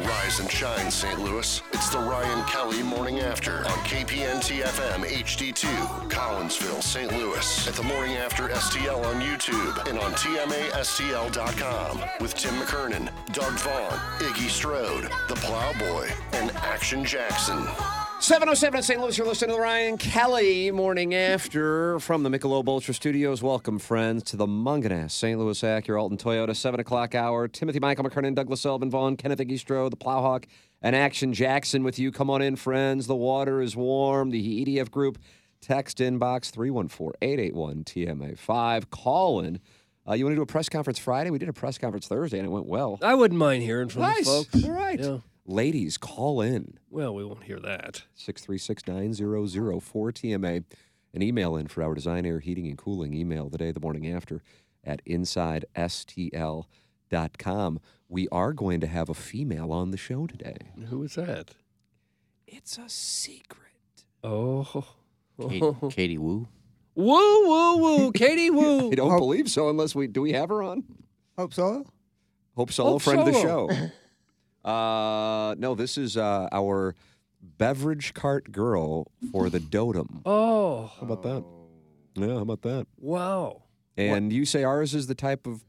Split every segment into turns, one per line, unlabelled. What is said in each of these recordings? Rise and shine, St. Louis. It's the Ryan Kelly Morning After on KPNT FM HD2, Collinsville, St. Louis. At the Morning After STL on YouTube and on TMASTL.com with Tim McKernan, Doug Vaughn, Iggy Strode, The Plowboy, and Action Jackson.
707 in St. Louis, you're listening to the Ryan Kelly Morning After from the Michelob Ultra Studios. Welcome, friends, to the Munganess St. Louis Acura Alton Toyota 7 o'clock hour. Timothy Michael McKernan, Douglas Elvin Vaughn, Kenneth Eastro, the Plowhawk, and Action Jackson with you. Come on in, friends. The water is warm. The EDF group text inbox 314-881-TMA5. Call in. Uh, you want to do a press conference Friday? We did a press conference Thursday, and it went well.
I wouldn't mind hearing from the Uh, folks.
All right.
Yeah.
Ladies, call in.
Well, we won't hear that.
636-9004-TMA. An email in for our design, air, heating, and cooling email the day, the morning after at insidestl.com. We are going to have a female on the show today.
Who is that?
It's a secret.
Oh.
Katie, Katie Wu.
Woo, woo, woo. Katie Woo.
I don't believe so unless we, do we have her on?
Hope so.
Hope Solo,
Hope
friend
Solo.
of the show. uh, no, this is uh, our beverage cart girl for the Dotem.
Oh,
How about that? Yeah, how about that?
wow.
And you say ours is the type of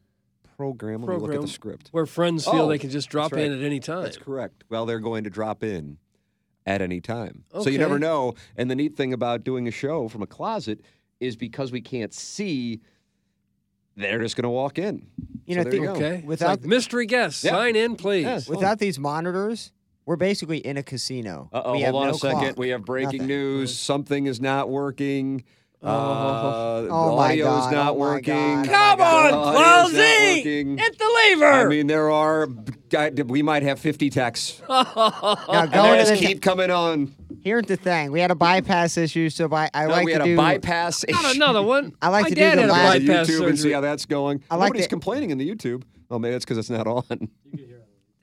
program. Let me look at
Program
the script.
Where friends feel
Oh,
they can just drop
that's right.
in at any time.
That's correct. Well, they're going to drop in at any time. So you
Okay.
never know. And the neat thing about doing a show from a closet is because we can't see, they're just going to walk in.
You
So
know,
there
think-
you go.
Okay. Without
Without
like
the-
mystery guests,
Yeah.
sign in, please.
Yes.
Without these monitors, we're basically in a casino.
Uh oh,
We
hold
have
on
no
a second.
clock.
We have breaking
Nothing.
news. Something is not working. Uh, the
Oh, my
audio's
God.
not
Oh, my
working.
God. Come on,
Audio's not working.
the lever.
I mean, there are. I- We might have 50 texts.
Now,
And
going
they
to
Oh, just
the
keep coming on.
Here's the thing: we had a bypass issue, so by, I
No,
like
we
to
had a
do.
bypass.
Not
issue.
another one.
I like
My
to do
dad
the
had a
Go to
last-
bypass
YouTube and see
surgery.
how that's going.
I like
Nobody's
that-
complaining in the YouTube. Oh, maybe that's because it's not on.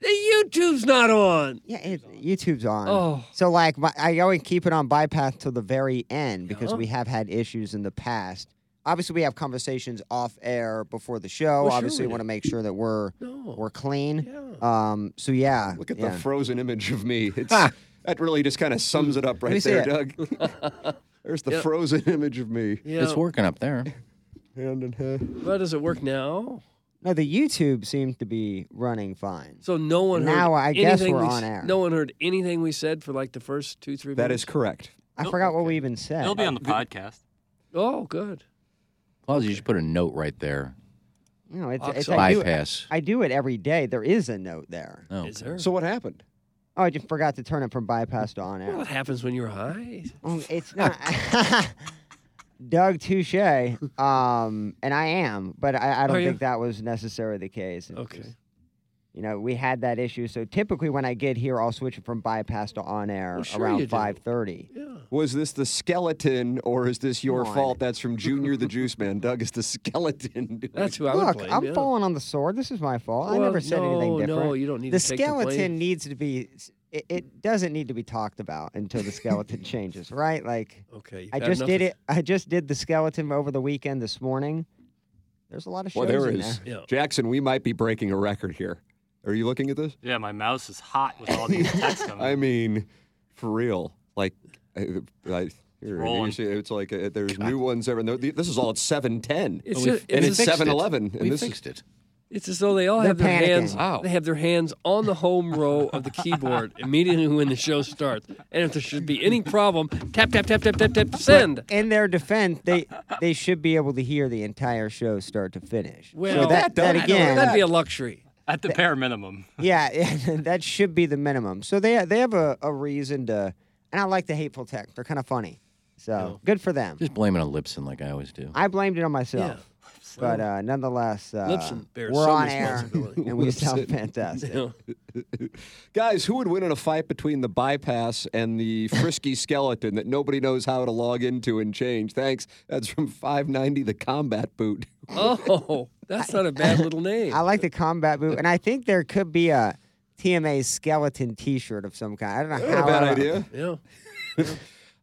The YouTube's not on.
Yeah, it, YouTube's on.
Oh.
So like, my, I always keep it on bypass till the very end because
Uh-huh.
we have had issues in the past. Obviously, we have conversations off air before the show.
Well, sure
Obviously,
we
want to
do.
make sure that we're
No.
we're clean.
Yeah.
Um. So yeah.
Look at
yeah.
the frozen image of me. It's
Ah.
that really just kind of sums it up right
me see
there,
it.
Doug. There's the frozen image of me.
Yeah.
It's working up there.
Hand in hand.
Well, does it work now?
no, the YouTube seemed to be running fine.
So no one heard
Now I guess
anything
we're
we
on
s-
air.
No one heard anything we said for like the first two, three
That
minutes.
is correct.
I forgot what we even said.
It'll be on the podcast.
Oh, good.
Claus, you should put a note right there.
No, it's, it's
Oxide.
I do,
Bypass.
I do it every day. There is a note there.
Oh,
Is there?
So what happened?
Oh, I just forgot to turn it from bypass to on
Well,
air.
what happens when you're high?
Um, it's not. Doug Touche, um, and I am, but I, I don't
Are you?
think that was necessarily the case. It's
Oh, Okay.
just, you know, we had that issue, so typically when I get here, I'll switch it from bypass to on air
Well, sure you
around
do.
five thirty.
Yeah.
Was this the skeleton or is this your
Come on.
fault? That's from Junior the Juice Man. Doug is the skeleton. dude.
That's who I would
Look,
blame.
I'm
yeah.
falling on the sword. This is my fault. I
Well,
never said anything
no,
different.
no, you don't need
the
to take the
skeleton
blame.
needs to be. It, it doesn't need to be talked about until the skeleton changes, right? Like.
Okay. you've
I
had
just
enough
did
of-
it. I just did the skeleton over the weekend this morning. There's a lot of shows
Well, there
in
is.
there.
Yeah.
Jackson, we might be breaking a record here. Are you looking at this?
Yeah, my mouse is hot with all these texts coming.
I mean, for real. Like, I, I, here, you
rolling.
see, it's like uh there's new ones every. This is all at seven ten.
It's
we-
just,
and
it's
it's
just-
fixed it.
7-Eleven, and
We
this is-
fixed it.
It's as though they all
They're
have their
panicking.
hands.
Wow.
They have their hands on the home row of the keyboard immediately when the show starts. And if there should be any problem, tap tap tap tap tap tap send.
In their defense, they they should be able to hear the entire show start to finish.
Well,
so that, that
I don't know,
again,
that'd be a luxury.
At the bare minimum.
yeah, that should be the minimum. So they they have a, a reason to, and I like the hateful tech. They're kind of funny, so good for them.
Just blame it on Lipson like I always do.
I blamed it on myself, but uh, nonetheless, uh,
Lipson bears
we're
some
on air
responsibility.
and we sound fantastic.
You know,
Guys, who would win in a fight between the bypass and the frisky skeleton that nobody knows how to log into and change? Thanks. That's from 590 The Combat Boot.
Oh, that's not a bad little name.
I like the combat boot, and I think there could be a TMA skeleton T-shirt of some kind. I don't know
Not
how.
a bad
I-
idea.
Yeah.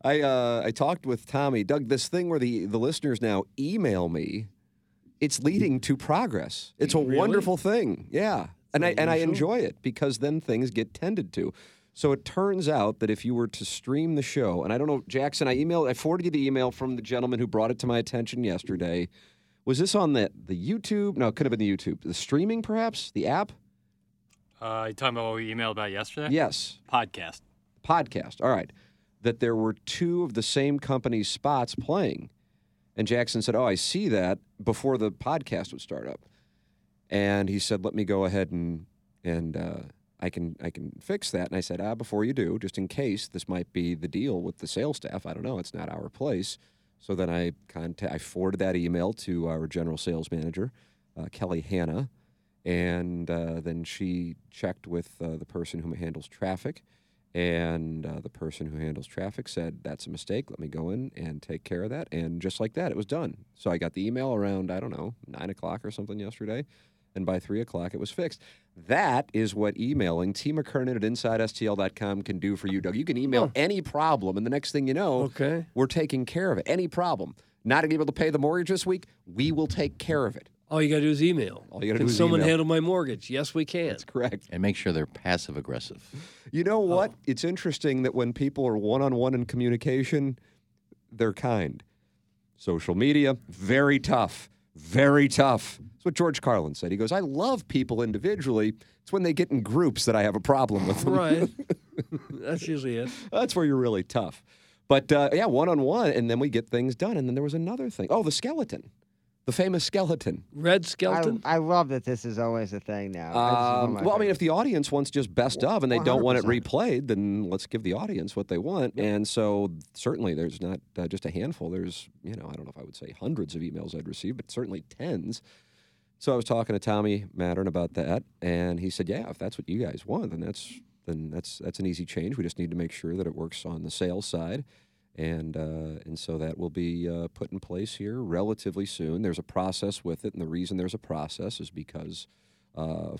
I uh, I talked with Tommy. Doug, this thing where the, the listeners now email me, it's leading to progress. It's a wonderful thing. Yeah. And I and I enjoy it because then things get tended to. So it turns out that if you were to stream the show, and I don't know, Jackson, I emailed I forwarded you the email from the gentleman who brought it to my attention yesterday. Was this on the, the YouTube? No, it could have been the YouTube. The streaming, perhaps? The app?
Uh, you talking about what we emailed about yesterday?
Yes.
Podcast.
podcast. All right. That there were two of the same company's spots playing. And Jackson said, Oh, I see that before the podcast would start up. And he said, Let me go ahead and and uh, I can I can fix that. And I said, Ah, before you do, just in case this might be the deal with the sales staff. I don't know, it's not our place. So then I contact I forwarded that email to our general sales manager, uh, Kelly Hanna. And uh, then she checked with uh, the person who handles traffic. And uh, the person who handles traffic said, That's a mistake. Let me go in and take care of that. And just like that, it was done. So I got the email around, I don't know, nine o'clock or something yesterday. And by three o'clock, it was fixed. That is what emailing T. McKernan at InsideSTL.com can do for you, Doug. You can email any problem, and the next thing you know,
Okay.
we're taking care of it. Any problem. Not able to pay the mortgage this week, we will take care of it.
All you gotta do is email.
All you gotta
can
do is
someone
email.
handle my mortgage? Yes, we can.
That's correct.
and make sure they're passive aggressive.
You know what?
Oh.
It's interesting that when people are one on one in communication, they're kind. Social media, very tough, very tough. That's what George Carlin said. He goes, I love people individually. It's when they get in groups that I have a problem with them.
Right. that's usually it.
That's where you're really tough. But uh, yeah, one on one, and then we get things done. And then there was another thing. Oh, the skeleton, the famous skeleton.
Red
I,
skeleton.
I love that this is always a thing now. This is one of
Um, well,
my
I mean,
favorites.
if the audience wants just best of and they don't want it replayed, then let's give the audience what they want. And so, certainly, there's not uh, just a handful. There's, you know, I don't know if I would say hundreds of emails I'd received, but certainly tens. So I was talking to Tommy Mattern about that, and he said, "Yeah, if that's what you guys want, then that's then that's that's an easy change. We just need to make sure that it works on the sales side." And uh, and so that will be uh, put in place here relatively soon. There's a process with it, and the reason there's a process is because uh,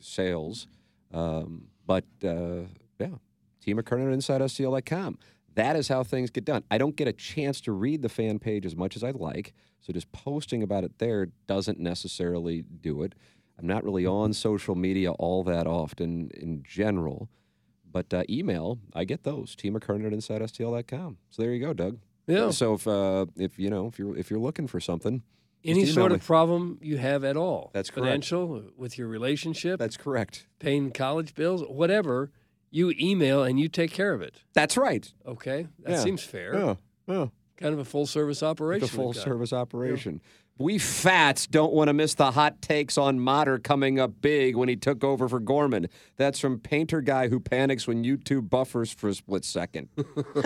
sales. Um, but uh, yeah, Team McKernan at InsideSTL.com. That is how things get done. I don't get a chance to read the fan page as much as I'd like, so just posting about it there doesn't necessarily do it. I'm not really on social media all that often in general, but uh, email, I get those. Team McKernan at InsideSTL.com. So there you go, Doug.
yeah.
So if uh, if you know if you're if you're looking for something,
Any
email
sort
me.
of problem you have at all.
That's correct.
Financial, with your relationship,
that's correct.
paying college bills, whatever, you email and you take care of it.
That's right.
Okay. That
Yeah.
seems fair.
Yeah. Yeah.
Kind of a full service operation.
The
we've
full
got.
service operation. We fats don't want to miss the hot takes on Motter coming up big when he took over for Gorman. That's from Painter Guy who panics when YouTube buffers for a split second.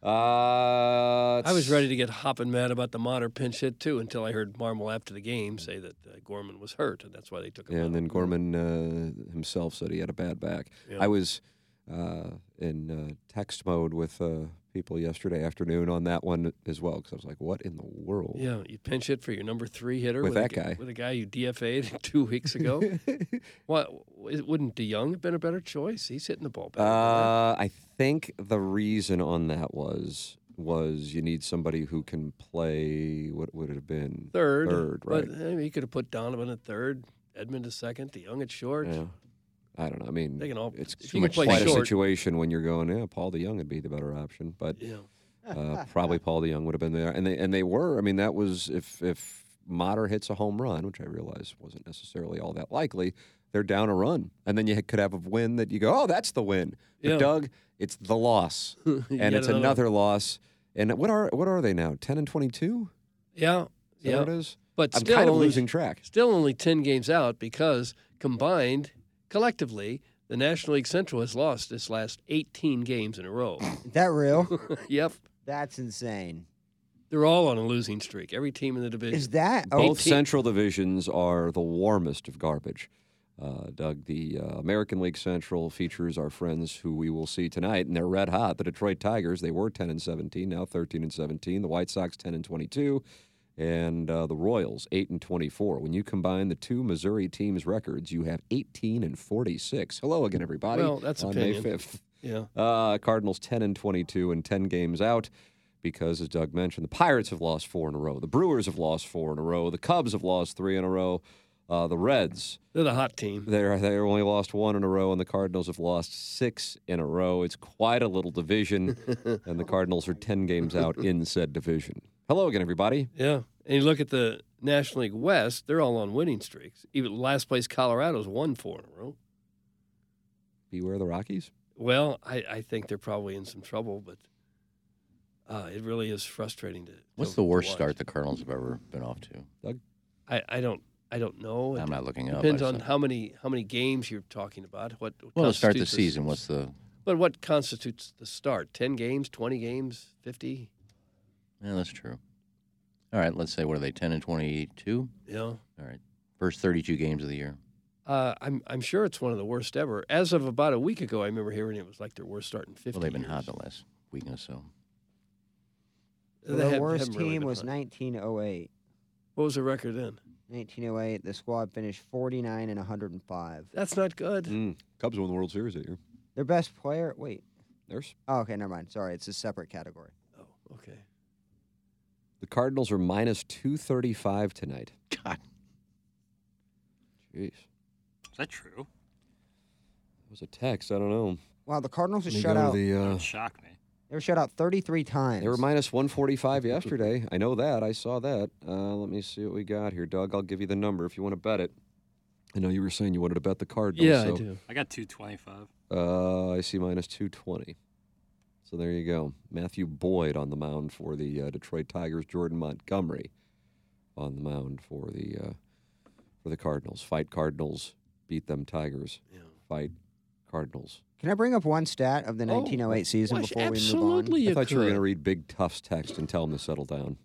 uh,
I was ready to get hopping mad about the Mater pinch hit too until I heard Marmel after the game say that uh, Gorman was hurt and that's why they took him out.
And then Gorman uh, himself said he had a bad back. I was uh, in uh, text mode with uh, people yesterday afternoon on that one as well because I was like, what in the world?
Yeah, you pinch hit for your number three hitter
With
a
that
g-
guy.
with a guy you DFA'd two weeks ago. what it wouldn't DeYoung have been a better choice? He's hitting the ball better.
Uh, I think the reason on that was was you need somebody who can play. What would it have been?
third,
Third, right?
But I mean, you could have put Donovan at third, Edmund at second, DeYoung at short.
yeah. I don't know. I mean,
They can all-
it's
if you can play
quite a
short-
situation when you're going. Yeah, Paul DeYoung would be the better option, but
Yeah.
uh, probably Paul DeYoung would have been there, and they and they were. I mean, that was if if Mater hits a home run, which I realize wasn't necessarily all that likely, they're down a run. And then you could have a win that you go, oh, that's the win. But
Yeah.
Doug, it's the loss. and it's
another one.
another loss. And what are what are they now? 10 and 22?
Yeah.
Is that
Yeah.
what it is?
But
I'm
still
kind of
only-
losing track.
Still only 10 games out because combined, collectively, the National League Central has lost its last 18 games in a row.
Is that real?
yep.
That's insane.
They're all on a losing streak. Every team in the division.
Is that oh,
Both Central divisions are the warmest of garbage. Uh, Doug, the uh, American League Central features our friends who we will see tonight, and they're red hot. The Detroit Tigers, they were 10 and 17, now 13 and 17. The White Sox, 10 and 22, and uh, the Royals, 8 and 24. When you combine the two Missouri teams' records, you have 18 and 46. Hello again, everybody.
Well, that's
on
opinion.
May 5th.
yeah.
Uh, Cardinals 10 and 22 and 10 games out because, as Doug mentioned, the Pirates have lost four in a row. The Brewers have lost four in a row. The Cubs have lost three in a row. Uh, the Reds,
They're the hot team.
they're, they're only lost one in a row, and the Cardinals have lost six in a row. It's quite a little division, and the Cardinals are 10 games out in said division. Hello again, everybody.
Yeah. And you look at the National League West, they're all on winning streaks. Even last place Colorado's won four in a row.
Beware the Rockies.
Well, I, I think they're probably in some trouble, but uh, it really is frustrating to.
What's
to-
the
to
worst
watch.
start the Cardinals have ever been off to?
I, I don't I don't know. It
I'm not looking up.
depends
I
on
saw-
how many how many games you're talking about. What
Well, to start the
constitutes a-
season, what's the?
but what constitutes the start? Ten games, twenty games, fifty?
Yeah, that's true. All right, let's say what are they? 10 and 22.
You know,
All right, first 32 games of the year.
uh, I'm I'm sure it's one of the worst ever. As of about a week ago, I remember hearing it was like their worst start in fifty.
Well, they've been
years.
hot the last week or so.
They
the
have-
worst
haven't really
team
been
was
hot.
1908.
What was the record then?
1908, the squad finished 49 and 105.
That's not good.
Mm.
Mm, Cubs won the World Series that year.
Their best player, wait.
There's
Oh, okay, never mind. Sorry, it's a separate category.
Oh, okay.
the Cardinals are minus 235 tonight.
God,
Jeez.
Is that true?
That was a text. I don't know.
Wow, the Cardinals were
Let me
shut
go to
out.
the, uh,
Don't shock me.
They were shut out 33 times.
They were minus 145 yesterday. I know that. I saw that. Uh, let me see what we got here, Doug. I'll give you the number if you want to bet it. I know you were saying you wanted to bet the Cardinals.
Yeah,
so,
I do.
I got 225.
Uh, I see minus 220. So there you go. Matthew Boyd on the mound for the uh, Detroit Tigers. Jordan Montgomery on the mound for the uh, for the Cardinals. Fight Cardinals. Beat them Tigers. Fight Cardinals.
Can I bring up one stat of the
Oh,
1908 season
Gosh,
before we move on?
absolutely
I thought you were
could.
going to read Big Tough's text and tell him to settle down.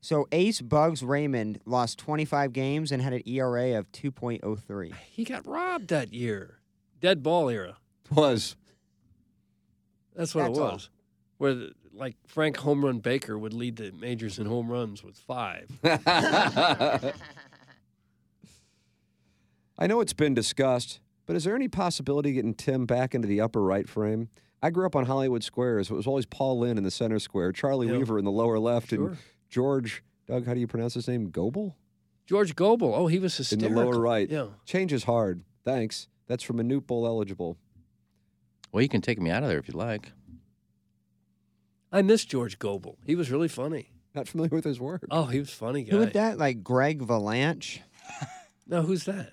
So Ace Bugs Raymond lost 25 games and had an ERA of 2.03.
He got robbed that year. Dead ball era.
Was
That's what
That's
it
all.
was. Where the, like Frank Home Run Baker would lead the majors in home runs with five.
I know it's been discussed, but is there any possibility of getting Tim back into the upper right frame? I grew up on Hollywood Squares. It was always Paul Lynn in the center square, Charlie
Yeah.
Weaver in the lower left, and
Sure.
George Doug. How do you pronounce his name? Goebel
George Goebel. Oh, he was
in
hysterical.
the lower right.
Yeah.
Change is hard. Thanks. That's from a Newt Bowl eligible.
well, you can take me out of there if you like.
I miss George Goebel. He was really funny.
Not familiar with his work.
Oh, he was a funny guy.
Who would that? Like Greg Valanche?
No, who's that?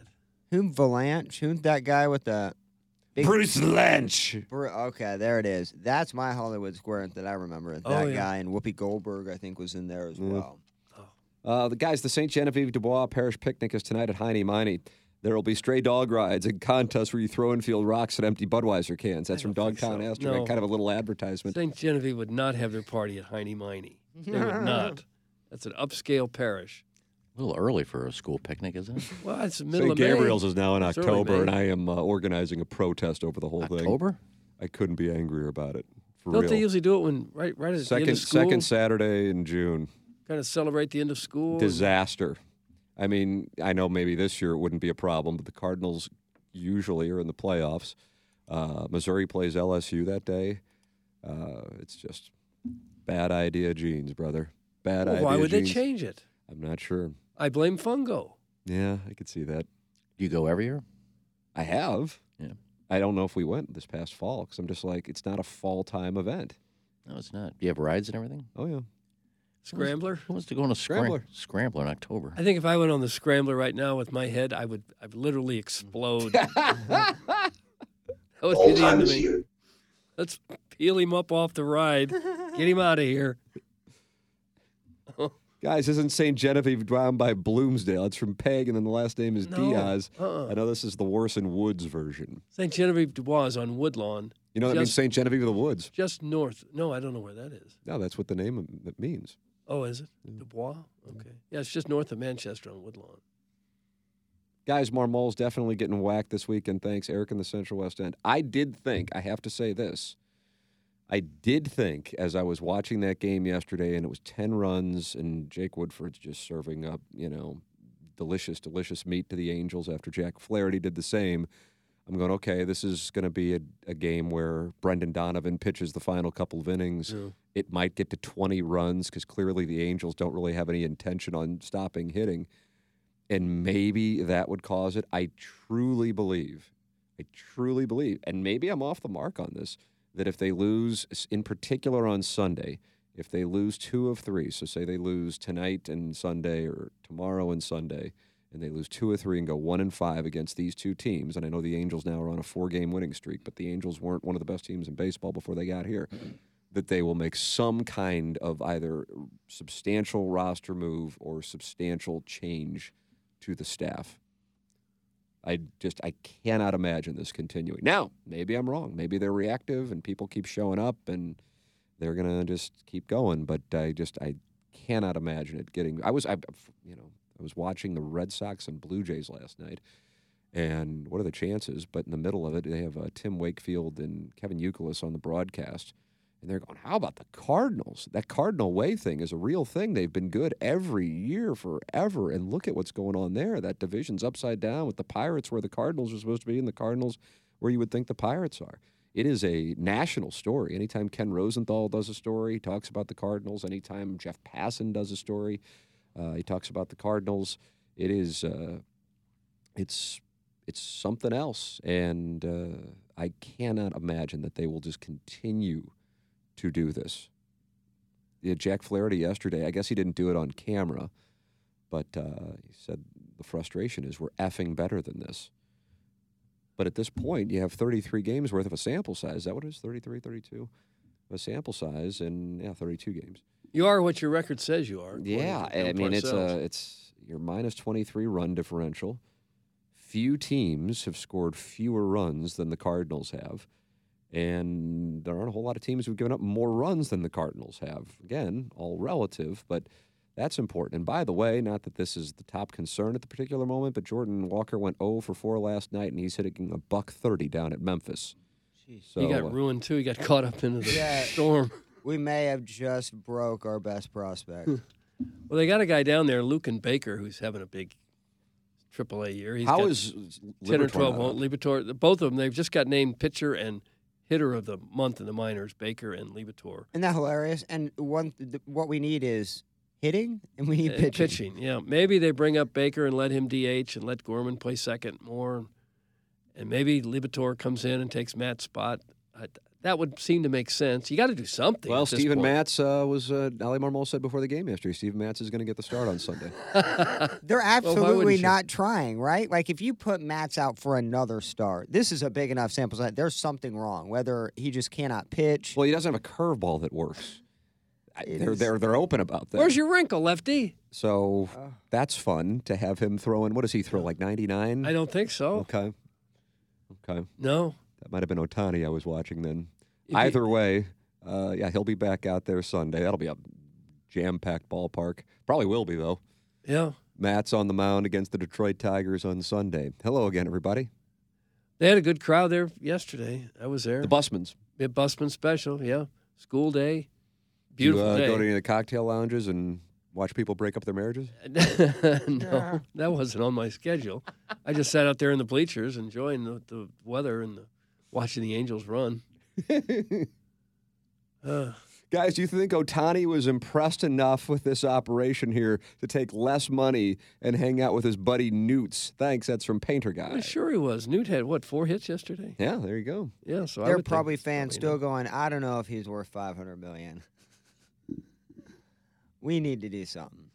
Who Valanche? Who's that guy with the? Big-
Bruce Lynch.
Bru- okay, there it is. That's my Hollywood Square that I remember. That
Oh, yeah.
guy and Whoopi Goldberg, I think, was in there as
Mm.
well.
Uh, the guys, the St. Genevieve Dubois Parish Picnic is tonight at Heine Miney. There will be stray dog rides and contests where you throw and field rocks at empty Budweiser cans. That's from Dogtown so.
No.
kind of a little advertisement.
St. Genevieve would not have their party at Heine Miney. They would not. That's an upscale parish.
A little early for a school picnic, isn't it?
Well, it's the middle
St.
of May.
Gabriel's is now in
It's early
October,
May.
and I am uh, organizing a protest over the whole thing.
October.
I couldn't be angrier about it. For
Don't
real.
they usually do it when right right at the end
second
of school?
second Saturday in June.
Kind of celebrate the end of school. and-
disaster. I mean, I know maybe this year it wouldn't be a problem, but the Cardinals usually are in the playoffs. Uh, Missouri plays LSU that day. Uh, it's just bad idea genes, brother. Bad
Well,
idea.
why would they
genes.
change it?
I'm not sure.
I blame Fungo.
Yeah, I could see that.
Do you go every year?
I have.
Yeah.
I don't know if we went this past fall because I'm just like, it's not a fall time event.
No, it's not. Do you have rides and everything?
Oh, yeah.
Scrambler.
Who wants to go on a
Scrambler.
scrambler? Scrambler in October.
I think if I went on the scrambler right now with my head, I would I'd literally explode. that would be the end of me. Let's peel him up off the ride. Get him out of here.
Guys, isn't St. Genevieve drowned by Bloomsdale? It's from Peg, and then the last name is Diaz.
Uh-uh.
I know this is the Warson Woods version.
St. Genevieve Dubois is on Woodlawn,
You know that means
Just-
St. Genevieve of the Woods.
just north. No, I don't know where that is.
No, that's what the name of it means.
Oh, is it?
Mm.
Dubois? Okay. Yeah, it's just north of Manchester on Woodlawn.
Guys, Marmol's definitely getting whacked this weekend. Thanks, Eric in the Central West End. I did think, I have to say this, I did think as I was watching that game yesterday, and it was 10 runs, and Jake Woodford's just serving up, you know, delicious, delicious meat to the Angels after Jack Flaherty did the same. I'm going, okay, this is going to be a, a game where Brendan Donovan pitches the final couple of innings. It might get to 20 runs because clearly the Angels don't really have any intention on stopping hitting and maybe that would cause it. I truly believe, I truly believe, and maybe I'm off the mark on this, that if they lose, in particular on Sunday, if they lose two of three, so say they lose tonight and Sunday or tomorrow and Sunday, and they lose two of three and go one and five against these two teams, and I know the Angels now are on a four game winning streak, but the Angels weren't one of the best teams in baseball before they got here. That they will make some kind of either substantial roster move or substantial change to the staff. I just I cannot imagine this continuing. Now, maybe I'm wrong. Maybe they're reactive and people keep showing up and they're gonna just keep going. But I just I cannot imagine it getting. I was I you know I was watching the Red Sox and Blue Jays last night, and what are the chances? But in the middle of it, they have uh, Tim Wakefield and Kevin Euclid on the broadcast. And they're going, how about the Cardinals? That Cardinal way thing is a real thing. They've been good every year forever. And look at what's going on there. That division's upside down with the Pirates where the Cardinals are supposed to be and the Cardinals where you would think the Pirates are. It is a national story. Anytime Ken Rosenthal does a story, he talks about the Cardinals. Anytime Jeff Passan does a story, uh, he talks about the Cardinals. It is, uh, it's, it's something else. And uh, I cannot imagine that they will just continue to do this. Yeah, Jack Flaherty yesterday, I guess he didn't do it on camera, but uh, he said the frustration is we're effing better than this. But at this point, you have 33 games worth of a sample size. Is that what it is? 33, 32? Of a sample size and, yeah, 32 games.
You are what your record says you are.
Yeah,
according to
I
Bill
mean it's uh,
Parcells.
a it's your minus twenty three run differential. Few teams have scored fewer runs than the Cardinals have, and there aren't a whole lot of teams who've given up more runs than the Cardinals have. Again, all relative, but that's important. And by the way, not that this is the top concern at the particular moment, but Jordan Walker went 0 for 4 last night, and he's hitting a buck 30 down at Memphis. So
He got
uh,
ruined too. He got caught up into the
Yeah.
storm.
We may have just broke our best prospect.
Well, they got a guy down there, Luke and Baker, who's having a big AAA year. He's
how
got
is
10 or
Liberatore
12
not up?
on Libator. Both of them, they've just got named pitcher and hitter of the month in the minors, Baker and Libator.
Isn't that hilarious? And one, th- what we need is hitting, and we need
Uh,
pitching.
yeah. Maybe they bring up Baker and let him DH and let Gorman play second more. And maybe Libator comes in and takes Matt's spot. I, that would seem to make sense. You got to do something.
Well,
at this
Stephen
point.
Matz uh, was uh, Ali Marmol said before the game yesterday. Stephen Matz is going to get the start on Sunday.
They're
why
absolutely
wouldn't you?
not trying, right? Like if you put Matts out for another start, this is a big enough sample size. There's something wrong. Whether he just cannot pitch.
well, he doesn't have a curveball that works. I-
It
They're
is-
they're they're open about that.
Where's your wrinkle, Lefty?
so that's fun to have him throwing. What does he throw? Like ninety nine.
I don't think so.
Okay. Okay.
No.
That might have been Otani I was watching then.
If he-
Either way, uh, yeah, he'll be back out there Sunday. That'll be a jam packed ballpark. Probably will be though.
Yeah.
Matt's on the mound against the Detroit Tigers on Sunday. Hello again, everybody.
They had a good crowd there yesterday. I was there.
The Busmans.
Yeah, Busman special, yeah. School day. Beautiful
you, uh,
day.
Go to any of the cocktail lounges and watch people break up their marriages.
no, that wasn't on my schedule. I just sat out there in the bleachers enjoying the, the weather and the, watching the Angels run. Uh,
Guys, do you think Otani was impressed enough with this operation here to take less money and hang out with his buddy Newts? Thanks, that's from Painter Guy.
I'm sure he was. Newt had what four hits yesterday?
Yeah, there you go.
Yeah, so I
They're
would think
probably
it's
fans
probably
still going. I don't know if he's worth 500 million. We need to do something.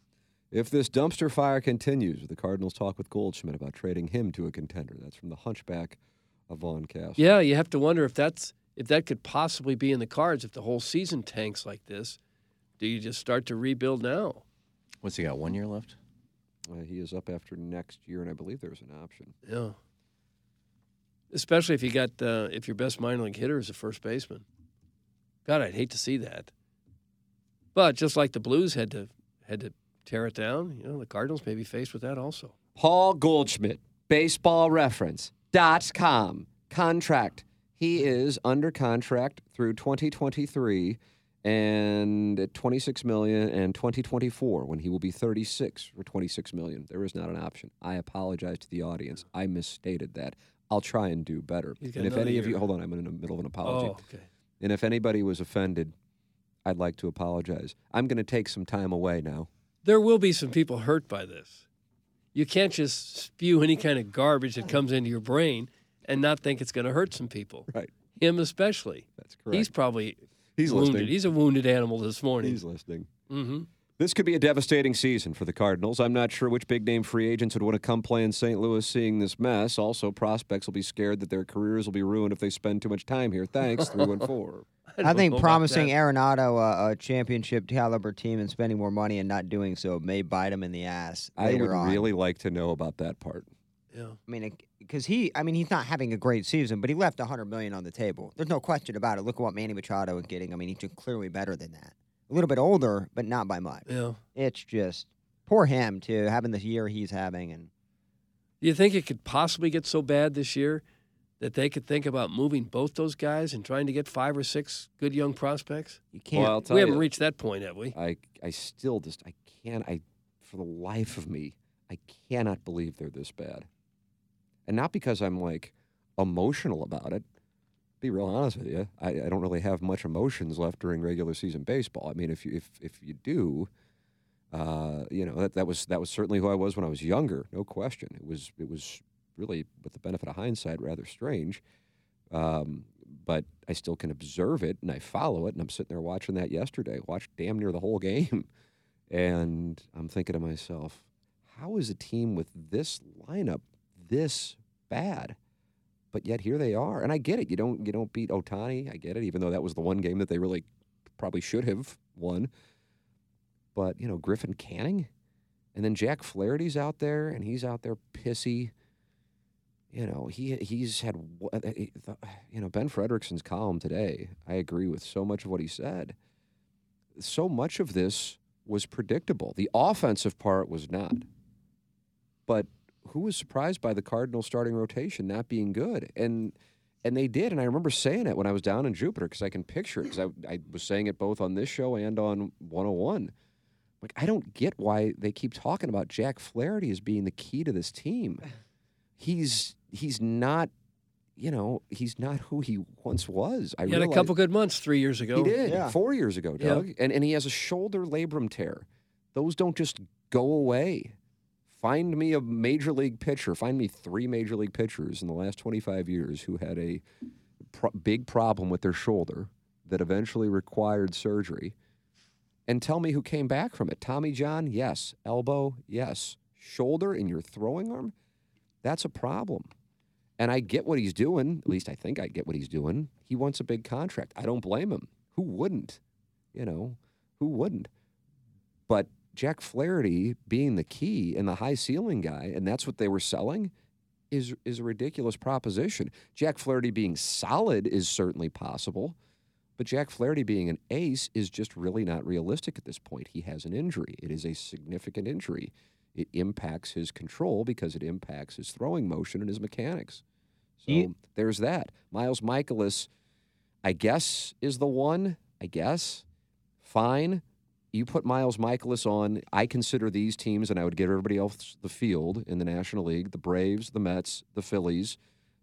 If this dumpster fire continues, the Cardinals talk with Goldschmidt about trading him to a contender. That's from the Hunchback of Von Castle.
Yeah, you have to wonder if that's if that could possibly be in the cards if the whole season tanks like this. Do you just start to rebuild now?
What's he got? One year left?
Uh, he is up after next year, and I believe there's an option.
Yeah. Especially if you got uh, if your best minor league hitter is a first baseman. God, I'd hate to see that. But just like the Blues had to had to tear it down, you know, the Cardinals may be faced with that also.
Paul Goldschmidt, baseball reference, dot com, contract. He is under contract through 2023 and at 26 million and 2024 when he will be 36 or 26 million. There is not an option. I apologize to the audience. I misstated that. I'll try and do better.
He's got
And if
another
any of
year.
you, hold on, I'm in the middle of an apology.
Oh, okay.
And if anybody was offended, I'd like to apologize. I'm going to take some time away now.
There will be some people hurt by this. You can't just spew any kind of garbage that comes into your brain and not think it's going to hurt some people.
Right.
Him especially.
That's correct.
He's probably
He's
wounded.
listening.
He's a wounded animal this morning.
He's listening.
mm-hmm.
This could be a devastating season for the Cardinals. I'm not sure which big name free agents would want to come play in St. Louis seeing this mess. Also, prospects will be scared that their careers will be ruined if they spend too much time here. Thanks, 314.
don't
I,
know
think
about
promising
that.
Arenado a, a championship caliber team and spending more money and not doing so may bite him in the ass
I
later
would
on.
really like to know about that part.
Yeah.
I mean, because he, I mean, he's not having a great season, but he left 100 million on the table. There's no question about it. Look at what Manny Machado is getting. I mean, he's clearly better than that. A little bit older, but not by much.
Yeah.
It's just poor him too, having the year he's having, and
Do you think it could possibly get so bad this year that they could think about moving both those guys and trying to get five or six good young prospects?
you can't.
Well, I'll tell
we
you,
haven't reached that point, have we?
I, I still just, I can't, I, for the life of me, I cannot believe they're this bad. And not because I'm like emotional about it. Be real honest with you. I, I don't really have much emotions left during regular season baseball. I mean, if you if if you do, uh, you know that, that was that was certainly who I was when I was younger, no question. It was it was really, with the benefit of hindsight, rather strange. Um, but I still can observe it and I follow it. And I'm sitting there watching that yesterday, watched damn near the whole game. And I'm thinking to myself, how is a team with this lineup this bad? But yet here they are. And I get it. You don't you don't beat Otani. I get it, even though that was the one game that they really probably should have won. But, you know, Griffin Canning and then Jack Flaherty's out there and he's out there pissy you know he he's had wha- uh, he- the- you know Ben Fredrickson's column today. I agree with so much of what he said. So much of this was predictable. The offensive part was not. But who was surprised by the Cardinals starting rotation not being good? And and they did. And I remember saying it when I was down in Jupiter because I can picture it because I, I was saying it both on this show and on 101. Like I don't get why they keep talking about Jack Flaherty as being the key to this team he's he's not you know he's not who he once was i
He had a
realize-
couple good months three years ago.
he did
Yeah.
four years ago
Yeah.
doug and and he has a shoulder labrum tear those don't just go away find me a major league pitcher find me three major league pitchers in the last 25 years who had a pro- big problem with their shoulder that eventually required surgery and tell me who came back from it tommy john yes elbow yes shoulder in your throwing arm that's a problem. And I get what he's doing. At least I think I get what he's doing. He wants a big contract. I don't blame him. Who wouldn't? You know, who wouldn't? But Jack Flaherty being the key and the high ceiling guy, and that's what they were selling, is is a ridiculous proposition. Jack Flaherty being solid is certainly possible, but Jack Flaherty being an ace is just really not realistic at this point. He has an injury. It is a significant injury it impacts his control because it impacts his throwing motion and his mechanics. So
You-
there's that. Miles Michaelis, I guess, is the one. I guess. Fine. You put Miles Michaelis on. I consider these teams, and I would give everybody else the field in the National League the Braves, the Mets, the Phillies,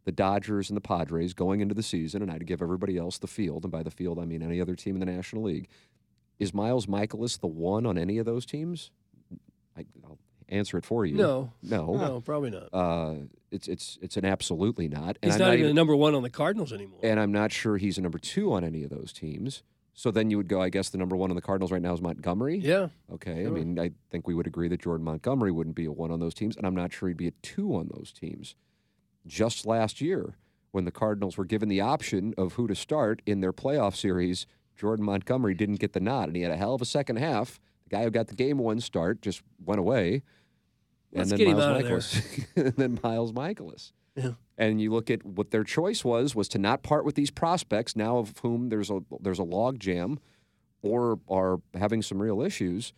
the Dodgers, and the Padres going into the season, and I'd give everybody else the field. And by the field, I mean any other team in the National League. Is Miles Michaelis the one on any of those teams? I, I'll answer it for you.
No.
No.
No, probably not.
Uh, it's it's it's an absolutely not. And
He's
I'm
not,
not
even the number one on the Cardinals anymore.
and I'm not sure he's a number two on any of those teams. So then you would go, I guess the number one on the Cardinals right now is Montgomery.
Yeah.
Okay. I mean, I think we would agree that Jordan Montgomery wouldn't be a one on those teams, and I'm not sure he'd be a two on those teams. Just last year, when the Cardinals were given the option of who to start in their playoff series, Jordan Montgomery didn't get the nod, and he had a hell of a second half. The guy who got the game one start just went away.
Let's get him out of there.
Michaelis. and then Miles Michaelis. And you look at what their choice was was to not part with these prospects, now of whom there's a there's a log jam or are having some real issues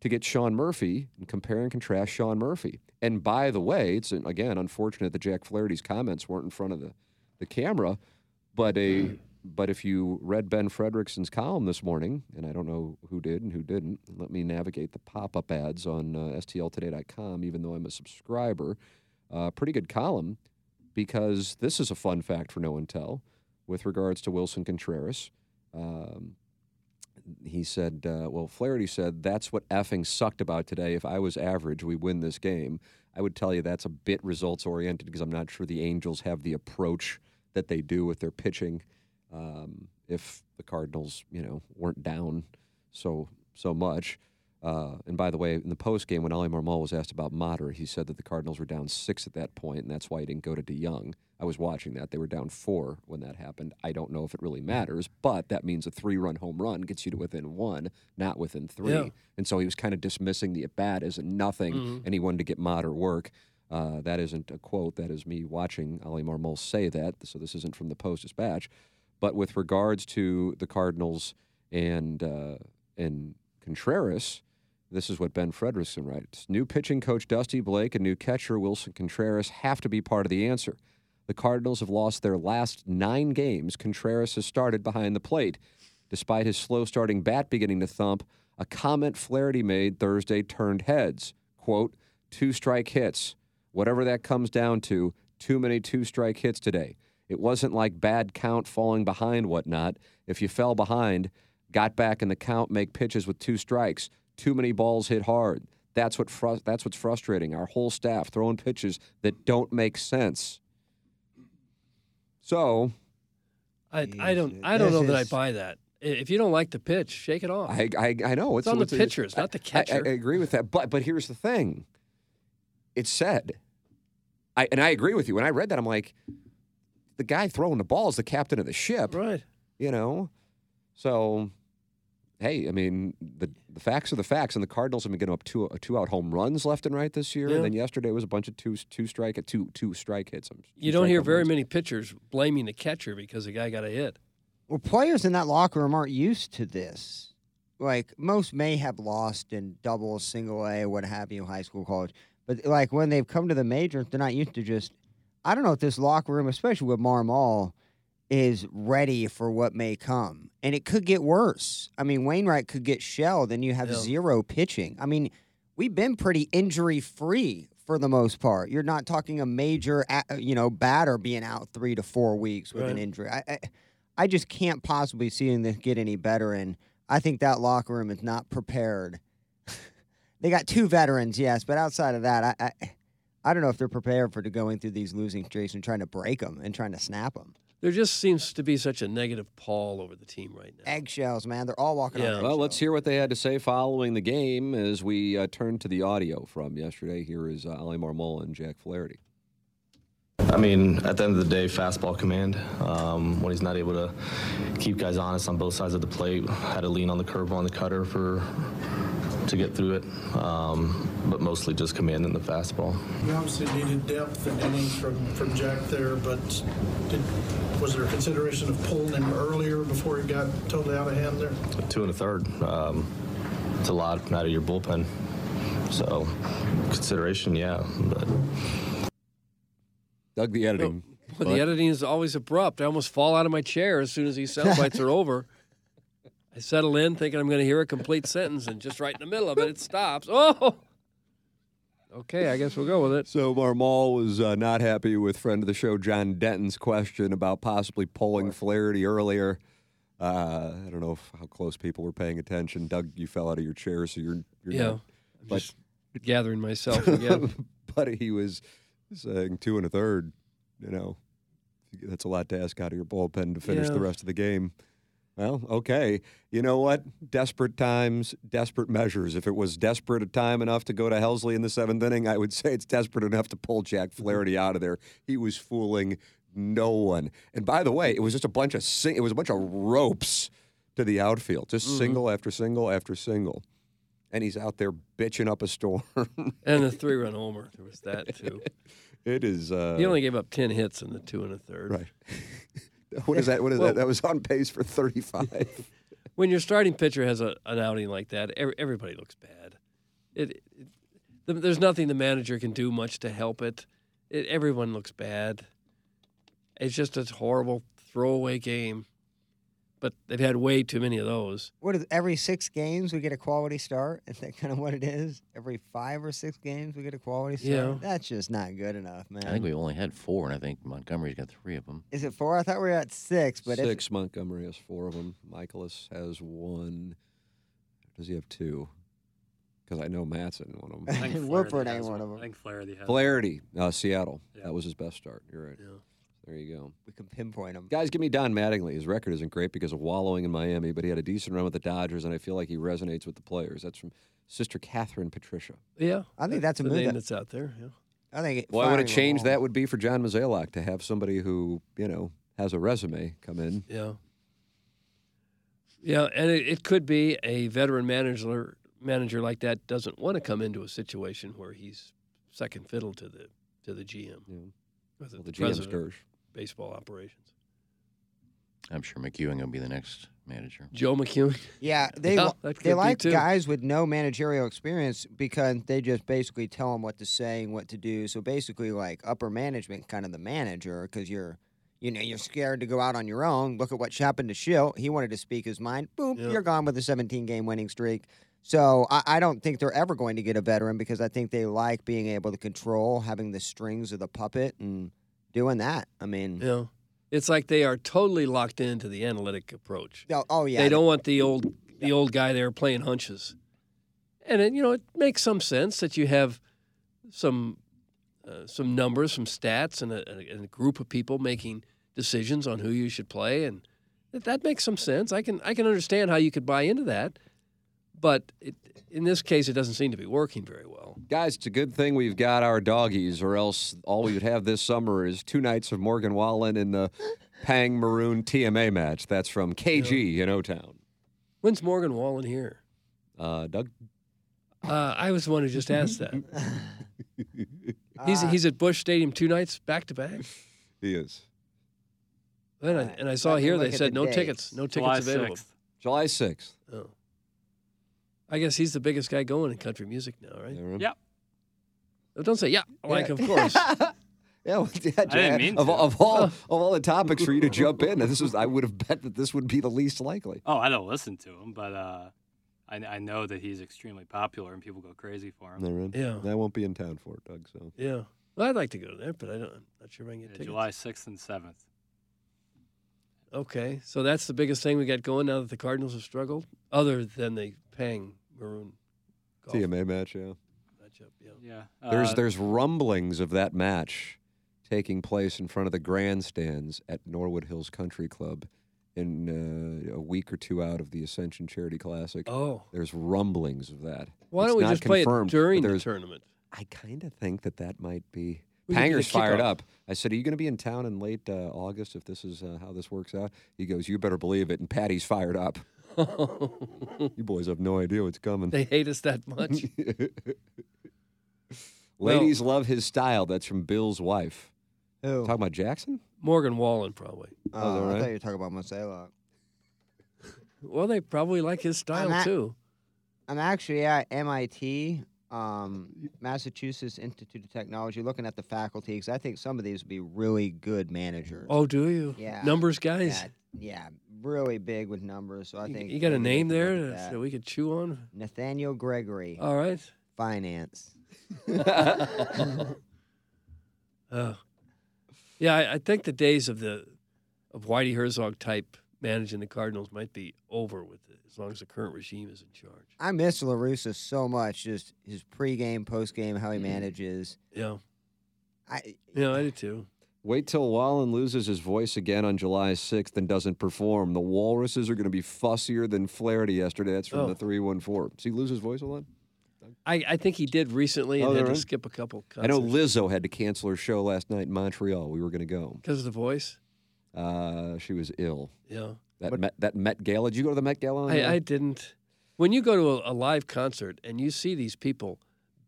to get Sean Murphy and compare and contrast Sean Murphy. And by the way, it's again unfortunate that Jack Flaherty's comments weren't in front of the, the camera, but a but if you read Ben Fredrickson's column this morning, and I don't know who did and who didn't, let me navigate the pop-up ads on uh, stltoday.com even though I'm a subscriber. Uh, pretty good column because this is a fun fact for no one tell with regards to Wilson Contreras. Um, he said, uh, well, Flaherty said, that's what effing sucked about today. If I was average, we win this game. I would tell you that's a bit results oriented because I'm not sure the Angels have the approach that they do with their pitching um, if the Cardinals, you know, weren't down so so much. Uh, and by the way, in the post game, when Ollie Marmol was asked about Mater, he said that the Cardinals were down six at that point, and that's why he didn't go to DeYoung. I was watching that; they were down four when that happened. I don't know if it really matters, but that means a three-run home run gets you to within one, not within three.
Yeah.
And so he was kind of dismissing the at bat as a nothing, and he wanted to get Mater work. Uh, that isn't a quote. That is me watching Ali Marmol say that. So this isn't from the Post Dispatch. But with regards to the Cardinals and uh, and Contreras, this is what Ben Fredrickson writes. New pitching coach Dusty Blake and new catcher Wilson Contreras have to be part of the answer. The Cardinals have lost their last nine games. Contreras has started behind the plate. Despite his slow starting bat beginning to thump, a comment Flaherty made Thursday turned heads. Quote, two strike hits. Whatever that comes down to, too many two strike hits today. It wasn't like bad count falling behind, whatnot. If you fell behind, got back in the count, make pitches with two strikes. Too many balls hit hard. That's what frus- that's what's frustrating. Our whole staff throwing pitches that don't make sense. So
I, I don't I don't know that I buy that. I- If you don't like the pitch, shake it off.
I I, I know it's,
on the
it's-
pitchers, not the
I- I-
catcher.
I, agree with that, but but here's the thing. It said, I and I agree with you. When I read that, I'm like, the guy throwing the ball is the captain of the ship.
right.
you know. So, hey, I mean, the the facts are the facts, and the Cardinals have been getting up two uh, two out home runs left and right this year,
Yeah.
and then yesterday was a bunch of two two strike two two strike hits. I'm-
You
two
don't
strike
hear
home
very
runs.
many pitchers blaming the catcher because the guy got a hit.
Well, players in that locker room aren't used to this. Like most may have lost in double, single A, what have you, high school, college. But like when they've come to the majors, they're not used to just. I don't know if this locker room, especially with Marmol, is ready for what may come, and it could get worse. I mean, Wainwright could get shelled, and you have
Yeah.
zero pitching. I mean, we've been pretty injury free for the most part. You're not talking a major, a- uh, you know, batter being out three to four weeks with an
Right.
injury. I, I, I just can't possibly see this get any better. And I think that locker room is not prepared. they got two veterans, yes, but outside of that, I, I, I don't know if they're prepared for the going through these losing streaks and trying to break them and trying to snap them.
There just seems to be such a negative pall over the team right now.
Eggshells, man. They're all walking
Yeah.
on
Well, let's
eggshells.
hear what they had to say following the game as we uh, turn to the audio from yesterday. Here is uh, Ali Marmol and Jack Flaherty.
I mean, at the end of the day, fastball command. Um, when he's not able to keep guys honest on both sides of the plate, had to lean on the curve on the cutter for to get through it. Um, but mostly just commanding the fastball.
You obviously needed depth and innings from, from Jack there, but did, was there consideration of pulling him earlier before he got totally out of hand there?
Two and a third. Um, it's a lot out of your bullpen. So consideration, yeah. But
Doug, the editing.
Well, the editing is always abrupt. I almost fall out of my chair as soon as these sound bites are over. I settle in thinking I'm going to hear a complete sentence, and just right in the middle of it, it stops. Oh, okay. I guess we'll go with it.
So Marmol was uh, not happy with friend of the show John Denton's question about possibly pulling Flaherty earlier. Uh, I don't know if, how close people were paying attention. Doug, you fell out of your chair, so you're, you're
Yeah,
not-
I'm
But-
just gathering myself again.
but he was saying two and a third. You know, that's a lot to ask out of your bullpen to finish the
Yeah.
rest of the game. Well, okay. You know what? Desperate times, desperate measures. If it was desperate a time enough to go to Helsley in the seventh inning, I would say it's desperate enough to pull Jack Flaherty out of there. He was fooling no one. And by the way, it was just a bunch of sing- it was a bunch of ropes to the outfield, just single after single after single. And he's out there bitching up a storm.
And the three run homer. There was that, too.
it is. Uh,
he only gave up 10 hits in the two and a third.
Right. What is that? What is
Well-
that? That was on pace for 35.
When your starting pitcher has a, an outing like that, every, everybody looks bad. It, it th- There's nothing the manager can do much to help it. it. Everyone looks bad. It's just a horrible throwaway game. But they've had way too many of those.
What is every six games we get a quality start? Is that kind of what it is? Every five or six games we get a quality start.
Yeah.
That's just not good enough, man.
I think we only had four, and I think Montgomery's got three of them.
Is it four? I thought we were at six, but
Six. Montgomery has four of them. Michaelis has one. Does he have two? Because I know Matt's in one of
if
them.
Wilford ain't one of them. I
think Flaherty has
Flaherty, uh, Seattle. That was his best start. You're right. There you go.
We can pinpoint him.
Guys, give me Don Mattingly. His record isn't great because of wallowing in Miami, but he had a decent run with the Dodgers, and I feel like he resonates with the players. That's from Sister Catherine Patricia.
Yeah.
I think that's a
the
move
name
that-
that's out there. Yeah.
I think.
Well, what a
firing them
change
all.
that would be for John Mozeliak to have somebody who, you know, has a resume come in.
Yeah. Yeah, and it, it could be a veteran manager manager like that doesn't want to come into a situation where he's second fiddle to the to the GM. Or
Well,
the
the GM's
president of
dirge.
baseball operations.
I'm sure McEwen will be the next manager.
Joe McEwen.
Yeah, they
Yeah,
li-
that could
they
be
like
too.
guys with no managerial experience because they just basically tell them what to say and what to do. So basically, like upper management, kind of the manager, because you're, you know, you're scared to go out on your own. Look at what happened to Schill. He wanted to speak his mind. Boom,
Yeah.
you're gone with a 17 game winning streak. So I, I don't think they're ever going to get a veteran because I think they like being able to control, having the strings of the puppet, and doing that. I mean,
Yeah. It's like they are totally locked into the analytic approach.
oh, oh, yeah,
they don't want the old the old guy there playing hunches. And it, you know, it makes some sense that you have some uh, some numbers, some stats, and a, and a group of people making decisions on who you should play, and that, that makes some sense. I can I can understand how you could buy into that, but it, in this case, it doesn't seem to be working very well.
Guys, it's a good thing we've got our doggies, or else all we would have this summer is two nights of Morgan Wallen in the Pang Maroon TMA match. That's from KG in O Town.
When's Morgan Wallen here?
Uh, Doug,
Uh, I was the one who just asked that. He's he's at Bush Stadium two nights back to back.
he is.
And I,
All right,
and I saw
let me
here
look
they
at
said
the
no
dates.
tickets, no tickets
July
available.
6th.
July 6th.
Oh. I guess he's the biggest guy going in country music now, right?
Yeah,
Yep.
Oh, Don't say yeah, like
Yeah.
of course.
yeah, well, yeah, Jack,
mean
of,
to.
of all of all the topics for you to jump in, this is I would have bet that this would be the least likely.
Oh, I don't listen to him, but uh, I, I know that he's extremely popular and people go crazy for him.
Yeah.
I won't be in town for it, Doug. So
yeah. Well, I'd like to go there, but I don't. I'm not sure if I can get
Yeah,
tickets.
July 6th and 7th.
Okay, so that's the biggest thing we got going now that the Cardinals have struggled, other than the Pang Maroon golf
TMA match, yeah.
matchup. Yeah.
Yeah.
There's
uh,
there's rumblings of that match taking place in front of the grandstands at Norwood Hills Country Club in uh, a week or two out of the Ascension Charity Classic.
Oh,
There's rumblings of that.
why don't
It's
we
not
just play it
confirmed, but
during the
there's-
tournament?
I kind of think that that might be.
We could do the
Panger's fired
kickoff.
up. I said, "Are you going to be in town in late uh, August if this is uh, how this works out?" He goes, "You better believe it." And Patty's fired up. You boys have no idea what's coming.
they hate us that much. Well-
Ladies love his style. That's from Bill's wife.
Who?
Talking about Jackson?
Morgan Wallen probably.
all
Oh, I
right.
thought you were talking about Mosela.
Well, they probably like his style
at-
too.
I'm actually at MIT, um, Massachusetts Institute of Technology, looking at the faculty because I think some of these would be really good managers.
Oh, do you?
Yeah.
Numbers guys.
yeah, yeah, really big with numbers. So I
You-
think
you got a
maybe we
name
could
there
look
that, Oh.
at that.
that we could chew on.
Nathaniel Gregory,
All right.
finance.
Uh, yeah, I, I think the days of the of Whitey Herzog type managing the Cardinals might be over with it, as long as the current regime is in charge.
I miss Larusa so much. Just
Mm-hmm.
his pregame, postgame, how he manages.
Yeah,
I
yeah, I do too.
Wait till Wallen loses his voice again on July 6th and doesn't perform. The Walruses are going to be fussier than Flaherty yesterday. That's from
Oh.
the 314. Does he lose his voice a lot?
I, I think he did recently
Oh,
and had
they're
to
in?
skip a couple
I know
concerts
Lizzo had to cancel her show last night in Montreal. We were going to go.
because of the voice.
Uh, she was ill.
Yeah.
That Met, that Met Gala. Did you go to the Met Gala?
I, I didn't. When you go to a, a live concert and you see these people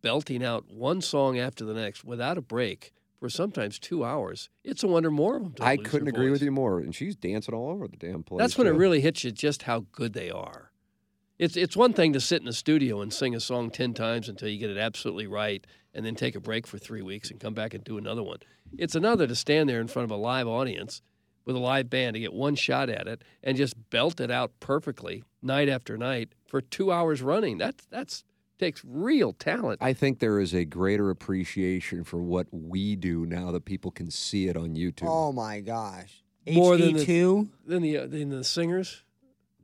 belting out one song after the next without a break for sometimes two hours, it's a wonder more of them. Don't
I
lose
couldn't
their
agree
voice.
with you more. And she's dancing all over the damn place.
That's when it
yeah.
really hits you just how good they are. It's it's one thing to sit in a studio and sing a song ten times until you get it absolutely right, and then take a break for three weeks and come back and do another one. It's another to stand there in front of a live audience with a live band to get one shot at it and just belt it out perfectly night after night for two hours running. That's that's takes real talent.
I think there is a greater appreciation for what we do now that people can see it on YouTube.
Oh my gosh.
More than
E
the-
HD2?
Than the than the singers.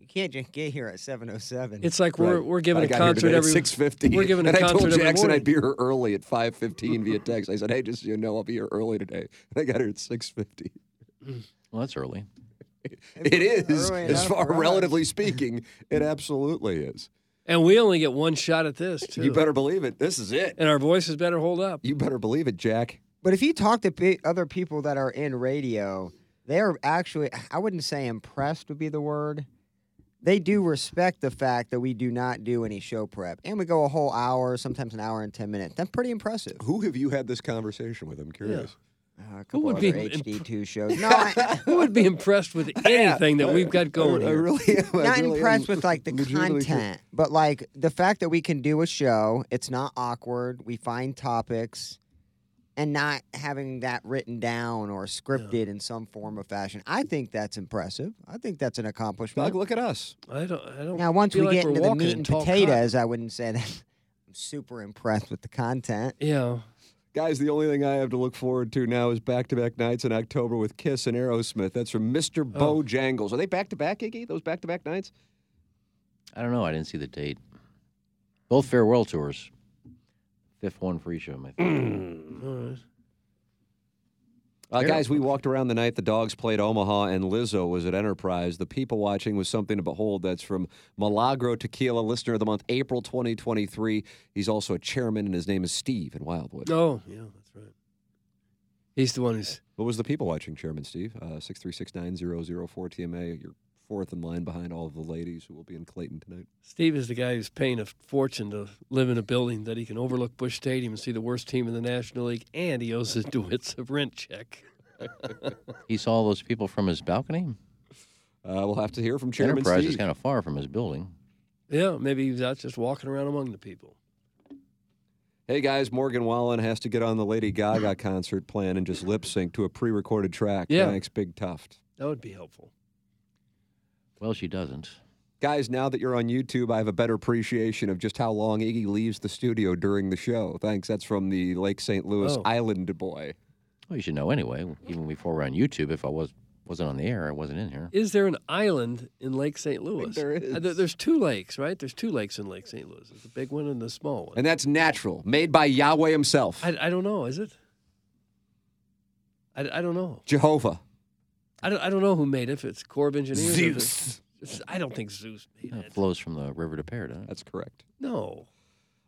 You can't just get here at 707.
It's like we're
Right.
we're giving
I
a
got here
concert
today at
every
six fifty.
We're giving a
and I
concert
told
every
Jackson
morning.
I'd be here early at five fifteen via text. I said, "Hey, just so you know, I'll be here early today." And I got here at six fifty.
Well, that's early.
It is,
early
as
enough
far
for us.
relatively speaking, it absolutely is.
and we only get one shot at this. Too.
You better believe it. This is it.
and our voices better hold up.
You better believe it, Jack.
But if you talk to pe- other people that are in radio, they're actually, I wouldn't say impressed would be the word. They do respect the fact that we do not do any show prep. And we go a whole hour, sometimes an hour and 10 minutes. That's pretty impressive.
Who have you had this conversation with? I'm curious.
Uh, a couple
would
other
be imp-
HD2 shows. No, I,
Who would be impressed with anything that we've got going
I, I
here?
really am. I
not
really am
impressed with like the
legitimately
content,
curious.
but like the fact that we can do a show, it's not awkward. We find topics and not having that written down or scripted in some form or fashion. I think that's impressive. I think that's an accomplishment.
Doug, look at us.
I don't. I don't.
now, once
feel
we
like
get
we're
into the
walking
meat
in
and
tall
potatoes, I wouldn't say that I'm super impressed with the content.
cotton. Yeah.
Guys, the only thing I have to look forward to now is back to back nights in October with Kiss and Aerosmith. That's from Mr.
Oh.
Bojangles. Are they back to back, Iggy? Those back to back nights?
I don't know. I didn't see the date. Both farewell tours. Fifth one free show, I think.
All right.
Uh, guys, we walked around the night the dogs played Omaha and Lizzo was at Enterprise. The people watching was something to behold. That's from Milagro Tequila, listener of the month, April 2023. He's also a chairman, and his name is Steve in Wildwood.
Oh, yeah, that's right. He's the one who's.
What was the people watching, Chairman Steve? Uh, 6369004 TMA. You're fourth in line behind all of the ladies who will be in Clayton tonight.
Steve is the guy who's paying a fortune to live in a building that he can overlook Bush Stadium and see the worst team in the National League, and he owes his DeWitts a rent check.
He saw all those people from his balcony.
Uh, we'll have to hear from Chairman
Enterprise
Steve.
is kind of far from his building.
Yeah, maybe he was out just walking around among the people.
Hey guys, Morgan Wallen has to get on the Lady Gaga concert plan and just lip sync to a pre recorded track.
Yeah.
Thanks, Big Tuft.
That would be helpful.
Well, she doesn't.
Guys, now that you're on YouTube, I have a better appreciation of just how long Iggy leaves the studio during the show. Thanks. That's from the Lake St. Louis
Oh.
Island boy.
Well, you should know anyway. Even before we're on YouTube, if I was wasn't on the air, I wasn't in here.
Is there an island in Lake St. Louis?
there
Uh,
is.
there's two lakes, right? There's two lakes in Lake St. Louis. There's the big one and the small one.
And that's natural, made by Yahweh himself,
I, I don't know. Is it? I, I don't know.
Jehovah.
I don't, I don't know who made it. If it's Corps of Engineers. or if it's- it's- I don't think Zeus made
Oh.
Yeah, it
it.
flows from the river to paradise.
That's correct.
No.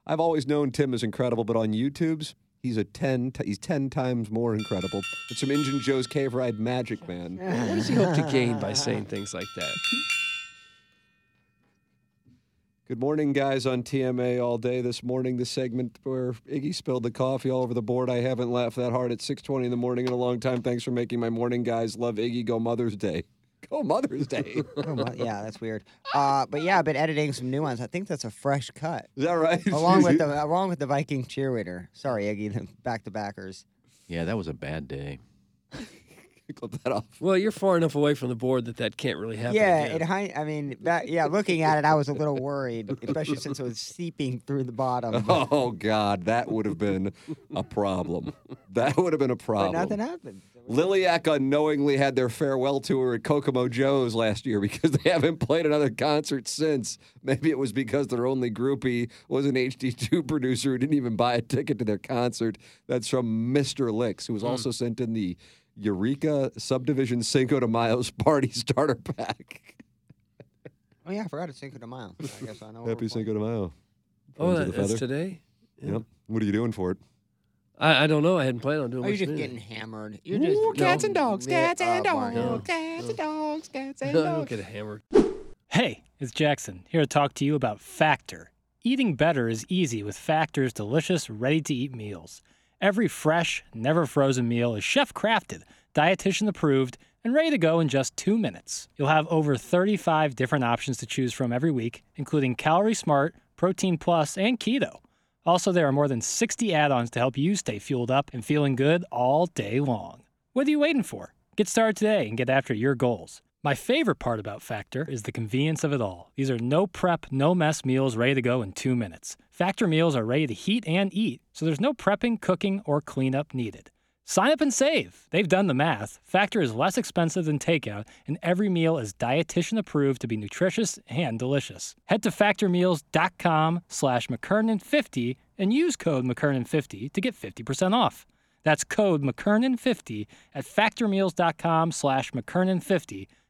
I've always known Tim is incredible, but on YouTube's, he's a 10 t- he's 10 times more incredible. It's from Injun Joe's Cave Ride Magic Man.
What does he hope to gain by saying things like that?
Good morning, guys, on TMA all day this morning. The segment where Iggy spilled the coffee all over the board. I haven't laughed that hard at 6.20 in the morning in a long time. Thanks for making my morning, guys. Love Iggy. Go Mother's Day. Go Mother's Day.
Oh, well, yeah, that's weird. Uh, but yeah, I've been editing some new ones. I think that's a fresh cut.
Is that right?
Along with the along with the Viking cheerleader. Sorry, Iggy, the back to backers.
Yeah, that was a bad day.
Clip that off.
Well, you're far enough away from the board that that can't really happen.
Yeah,
again.
it, hi- I mean, that, yeah. Looking at it, I was a little worried, especially since it was seeping through the bottom. But,
Oh, God. That would have been a problem. That would have been a
but
problem.
nothing happened.
Liliac unknowingly had their farewell tour at Kokomo Joe's last year because they haven't played another concert since. Maybe it was because their only groupie was an HD2 producer who didn't even buy a ticket to their concert. That's from Mr. Licks, who was also sent in the Eureka Subdivision Cinco de Mayo's Party Starter Pack.
Oh yeah, I forgot it's Cinco de Mayo. I guess I know.
Happy Cinco de Mayo.
Oh,
Friends of
that,
the
that's
feather.
today. Yeah.
Yep. What are you doing for it?
I, I don't know. I hadn't planned on doing.
Oh,
Are you
much
just
of
getting
anything.
hammered? You're just
Ooh, cats and
dogs, cats and dogs,
cats and
dogs, cats
No, I don't get hammered.
Hey, it's Jackson here to talk to you about Factor. Eating better is easy with Factor's delicious, ready to eat meals. Every fresh, never frozen meal is chef crafted, dietitian approved, and ready to go in just two minutes. You'll have over 35 different options to choose from every week, including Calorie Smart, Protein Plus, and Keto. Also, there are more than 60 add ons to help you stay fueled up and feeling good all day long. What are you waiting for? Get started today and get after your goals. My favorite part about Factor is the convenience of it all. These are no prep, no mess meals ready to go in two minutes. Factor meals are ready to heat and eat, so there's no prepping, cooking, or cleanup needed. Sign up and save. They've done the math. Factor is less expensive than takeout, and every meal is dietitian approved to be nutritious and delicious. Head to factormeals.com slash McKernan50 and use code McKernan50 to get 50% off. That's code McKernan50 at factormeals.com slash McKernan50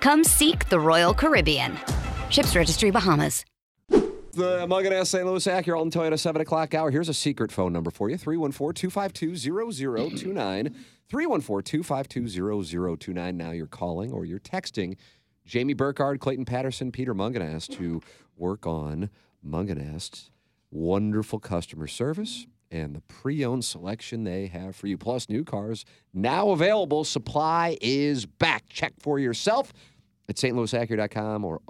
Come seek the Royal Caribbean. Ships Registry Bahamas.
The Muganass St. Louis Acura Alton Toyota 7 o'clock hour. Here's a secret phone number for you 314 252 0029. 314 252 0029. Now you're calling or you're texting Jamie Burkhardt, Clayton Patterson, Peter Munganass to work on Munganass's wonderful customer service and the pre owned selection they have for you. Plus, new cars now available. Supply is back. Check for yourself at stlouisacura.com or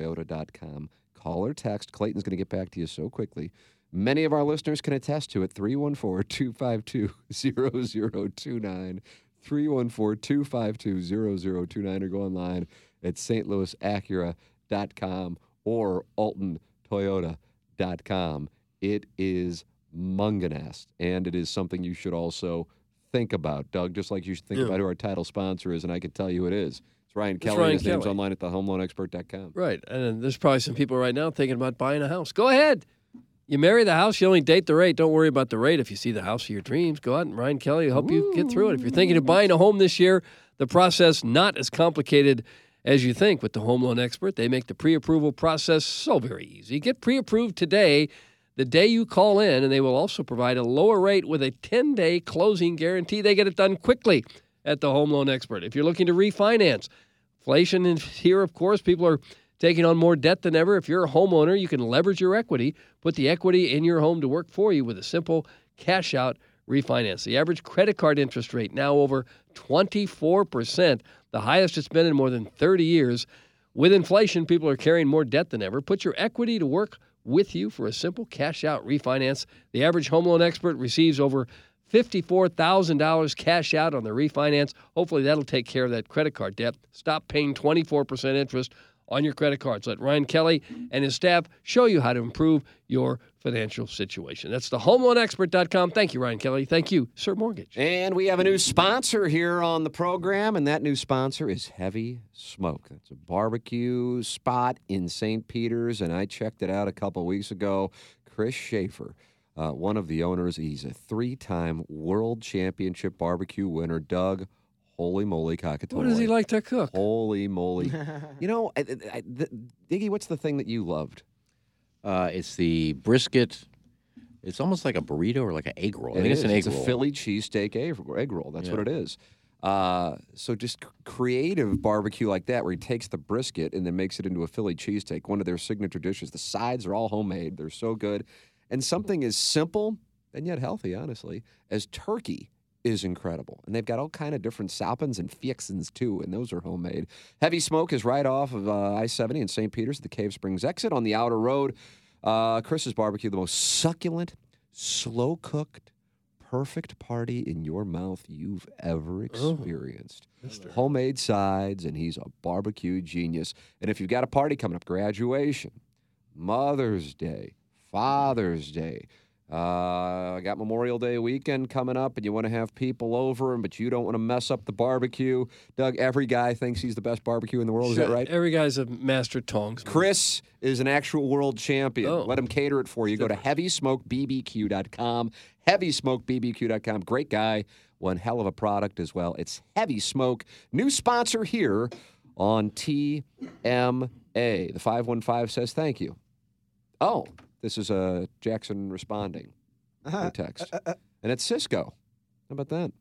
altontoyota.com. Call or text. Clayton's going to get back to you so quickly. Many of our listeners can attest to it. 314 252 0029. 314 252 0029 or go online at stlouisacura.com or altontoyota.com. It is munganast, and it is something you should also think about, Doug, just like you should think
Yeah.
about who our title sponsor is, and I can tell you it is. It's Ryan
It's
Kelly.
Ryan
His name's
Kelly.
online at thehomeloanexpert.com.
Right. And then there's probably some people right now thinking about buying a house. Go ahead. You marry the house, you only date the rate. Don't worry about the rate if you see the house of your dreams. Go out and Ryan Kelly will help you get through it. If you're thinking of buying a home this year, the process not as complicated as you think with the home loan expert. They make the pre-approval process so very easy. Get pre-approved today the day you call in and they will also provide a lower rate with a 10-day closing guarantee. They get it done quickly at the home loan expert. If you're looking to refinance, Inflation is here, of course. People are taking on more debt than ever. If you're a homeowner, you can leverage your equity, put the equity in your home to work for you with a simple cash out refinance. The average credit card interest rate now over 24%, the highest it's been in more than 30 years. With inflation, people are carrying more debt than ever. Put your equity to work with you for a simple cash out refinance. The average home loan expert receives over $54,000 cash out on the refinance. Hopefully, that'll take care of that credit card debt. Stop paying 24% interest on your credit cards. Let Ryan Kelly and his staff show you how to improve your financial situation. That's the homeloanexpert.com. Thank you, Ryan Kelly. Thank you, Sir Mortgage.
And we have a new sponsor here on the program, and that new sponsor is Heavy Smoke. It's a barbecue spot in St. Peter's, and I checked it out a couple weeks ago. Chris Schaefer, uh, one of the owners, he's a three time world championship barbecue winner. Doug, holy moly, cockatoo.
What does he like to cook?
Holy moly. you know, I, I, the, Diggy, what's the thing that you loved?
Uh, it's the brisket. It's almost like a burrito or like an egg roll. I think it's
is.
an egg
a
roll.
Philly cheesesteak egg, egg roll. That's
Yeah.
what it is. Uh, so just c- creative barbecue like that, where he takes the brisket and then makes it into a Philly cheesesteak, one of their signature dishes. The sides are all homemade; they're so good, and something as simple and yet healthy, honestly, as turkey is incredible. And they've got all kind of different salpins and fixins too, and those are homemade. Heavy Smoke is right off of uh, I-70 in St. Peter's, at the Cave Springs exit on the outer road. Uh, Chris's barbecue, the most succulent, slow cooked perfect party in your mouth you've ever experienced. Homemade sides, and he's a barbecue genius. And if you've got a party coming up, graduation, Mother's Day, Father's Day, uh, I got Memorial Day weekend coming up, and you want to have people over, but you don't want to mess up the barbecue. Doug, every guy thinks he's the best barbecue in the world. Is that
Sure,
right?
Every guy's a master tongs.
Chris is an actual world champion.
Oh.
Let him cater it for you. Go to heavysmokebbq.com. Heavysmokebbq.com. Great guy. One hell of a product as well. It's Heavy Smoke, new sponsor here on TMA. The 515 says thank you. Oh, this is uh, Jackson responding to text. And it's Cisco. How about that?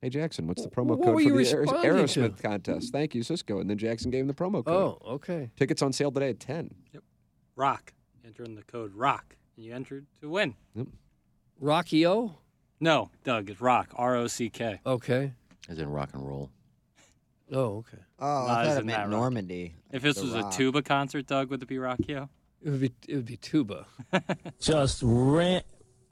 Hey, Jackson, what's the promo
what
code for
were you
the Aeros-
responding to?
Aerosmith contest? Thank you, Cisco. And then Jackson gave him the promo code.
Oh, okay.
Tickets on sale today at 10.
Rock. Enter in the code Rock, and you enter to win.
Yep.
Rocky O?
No, Doug. It's Rock. R O C K.
Okay.
As in rock and roll.
Oh, okay.
Oh,
Nah,
I thought
isn't
it meant
that rock?
Normandy.
If this
The
was
rock.
a tuba concert, Doug, would it be Rockio?
It would be it would be tuba.
just ran.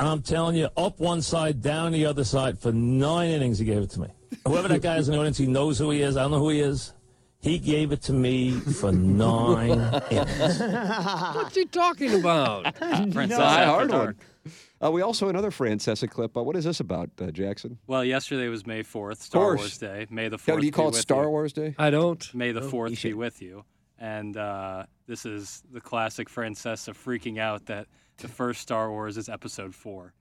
I'm telling you, up one side, down the other side for nine innings. He gave it to me. Whoever that guy is in the audience, he knows who he is. I don't know who he is. He gave it to me for nine innings.
What are you talking about?
Princess
High
After
hard
Dark.
one. Uh, we also another Francesa clip. Uh, what is this about, uh, Jackson?
Well, yesterday was May 4th, Star
course.
Wars Day. May the 4th.
Doug, do you
be
call it
with
Star
you.
Wars Day?
I don't.
May the
Oh.
No.
4th be with you. And uh, this is the classic Francesca freaking out that the first Star Wars is episode 4.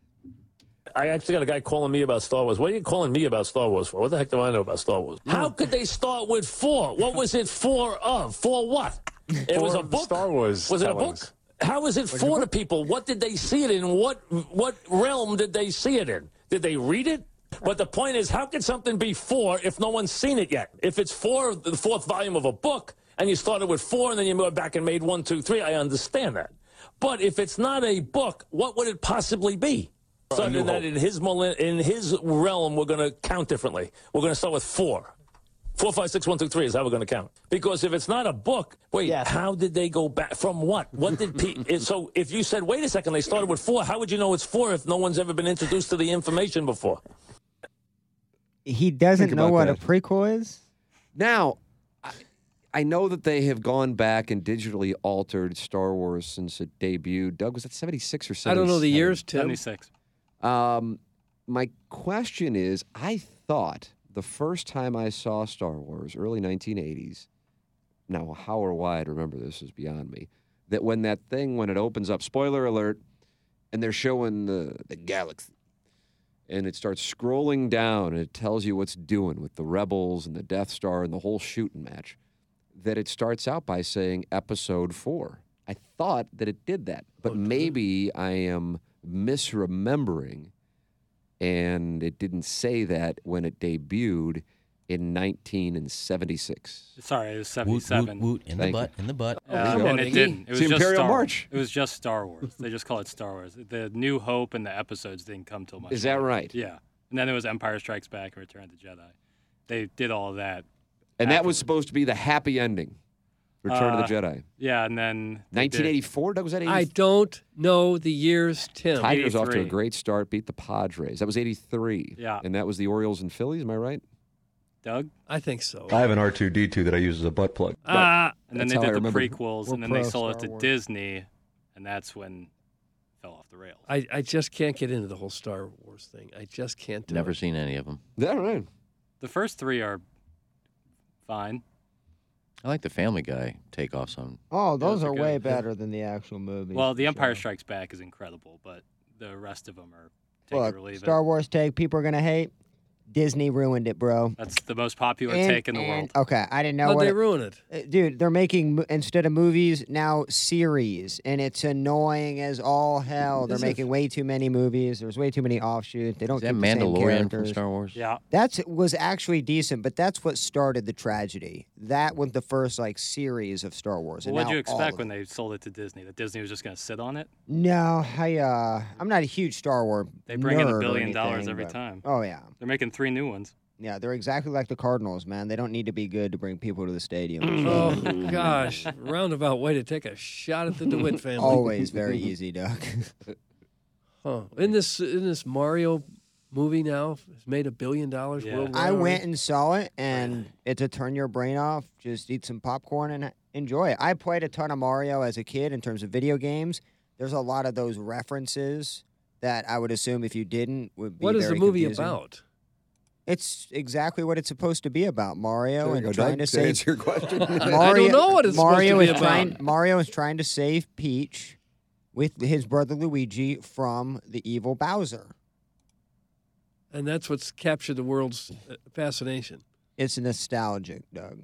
I actually got a guy calling me about Star Wars. What are you calling me about Star Wars for? What the heck do I know about Star Wars? How could they start with four? What was it for of? For what? It was
For
a book.
Star Wars
Was it a
tellings.
book? How is it for the people? What did they see it in? What what realm did they see it in? Did they read it? But the point is, how can something be for if no one's seen it yet? If it's for the fourth volume of a book and you started with four and then you moved back and made one, two, three, I understand that. But if it's not a book, what would it possibly be? Something that in his millenn- in his realm we're going to count differently. We're going to start with four. Four, five, six, one, two, three is how we're going to count. Because if it's not a book, wait, how did they go back? From what? What did Pete? so if you said, wait a second, they started with four, how would you know it's four if no one's ever been introduced to the information before?
He doesn't
Think
know
about
what
that.
a prequel is.
Now, I, I know that they have gone back and digitally altered Star Wars since it debuted. Doug, was that 76 or 77?
I don't know the years, Tim.
76.
Um, my question is I thought the first time I saw Star Wars, early 1980s, now how or why I'd remember this is beyond me, that when that thing, when it opens up, spoiler alert, and they're showing the, the galaxy, and it starts scrolling down and it tells you what's doing with the rebels and the Death Star and the whole shooting match, that it starts out by saying episode four. I thought that Oh, it did that, but maybe I am misremembering and it didn't say that when it debuted in 1976.
Sorry, it was 77.
in the Thank butt,
in the butt.
Uh,
Come on,
and it
Iggy.
didn't. It
It's
was
the
just
Imperial
Star Wars.
March.
It was just Star Wars. They just call it Star Wars. The New Hope and the episodes didn't come till much.
Is that
later.
right?
Yeah. And then there was Empire Strikes Back and Return of the Jedi. They did all of that.
And that was supposed to be the happy ending, Return of the
Uh,
Jedi.
Yeah, and then they did-
1984, Doug, was that 80?
I don't know the years, Tim.
Tigers off to a
83.
great start, beat the Padres. That was 83.
Yeah.
And that was the Orioles and Phillies, am I right?
Doug.
I think so.
I have an R2D2 that I use as a butt plug.
Ah,
Uh, and then
That's
they
how I
did the
remember.
prequels,
We're
and then they
pro
sold it
Star
to
Wars.
Disney, and that's when it fell off the rails.
I, I just can't get into the whole Star Wars thing. I just can't do
Never
it.
seen any of them.
Yeah, right.
The first three are fine.
I like the Family Guy takeoffs on.
Oh, those,
Those are
are, way
good.
better than the actual movie.
Well, The Empire Strikes Back is incredible, but the rest of them are take it or
Look,
leave
Star
it.
Wars take people are gonna hate. Disney ruined it, bro.
That's the most popular
And-
take in the
and-
world.
Okay, I didn't know
How'd
what
they
it-
ruin it?
Uh, Dude, they're making mo- instead of movies now series, and it's annoying as all hell. They're
Is it?
making way too many movies. There's way too many offshoots. They don't
Is that
keep the same
Mandalorian from
characters.
Star Wars?
Yeah.
That was actually decent, but that's what started the tragedy. That was the first like series of Star Wars.
Well,
and
what did
now
you
all
expect
of
when they sold it to Disney? That Disney was just going to sit on it?
No, I uh, I'm not a huge Star Wars.
They bring in
nerd
a
or
billion dollars
anything,
every
but-
time.
Oh yeah,
They're making three new ones.
yeah. They're exactly like the Cardinals, man. They don't need to be good to bring people to the
Mm.
stadium.
Oh gosh, roundabout way to take a shot at the DeWitt family.
Oh, Always very easy, Doug.
Huh. In this in this Mario movie now has made a billion dollars worldwide.
I
already?
went and saw
Oh,
it, and it's a turn your brain off. Just eat some popcorn and enjoy it. I played a ton of Mario as a kid in terms of video games. There's a lot of those references that I would assume if you didn't would be.
What is the
very
movie
confusing.
about?
It's exactly what it's supposed to be about, Mario,
There you
and
go,
trying
Doug,
to
to
save
answer your question. I- I don't
Mario,
know what it's supposed
Mario
to be
is trying.
about.
Mario is trying to save Peach with his brother Luigi from the evil Bowser.
And that's what's captured the world's uh, fascination.
It's nostalgic, Doug.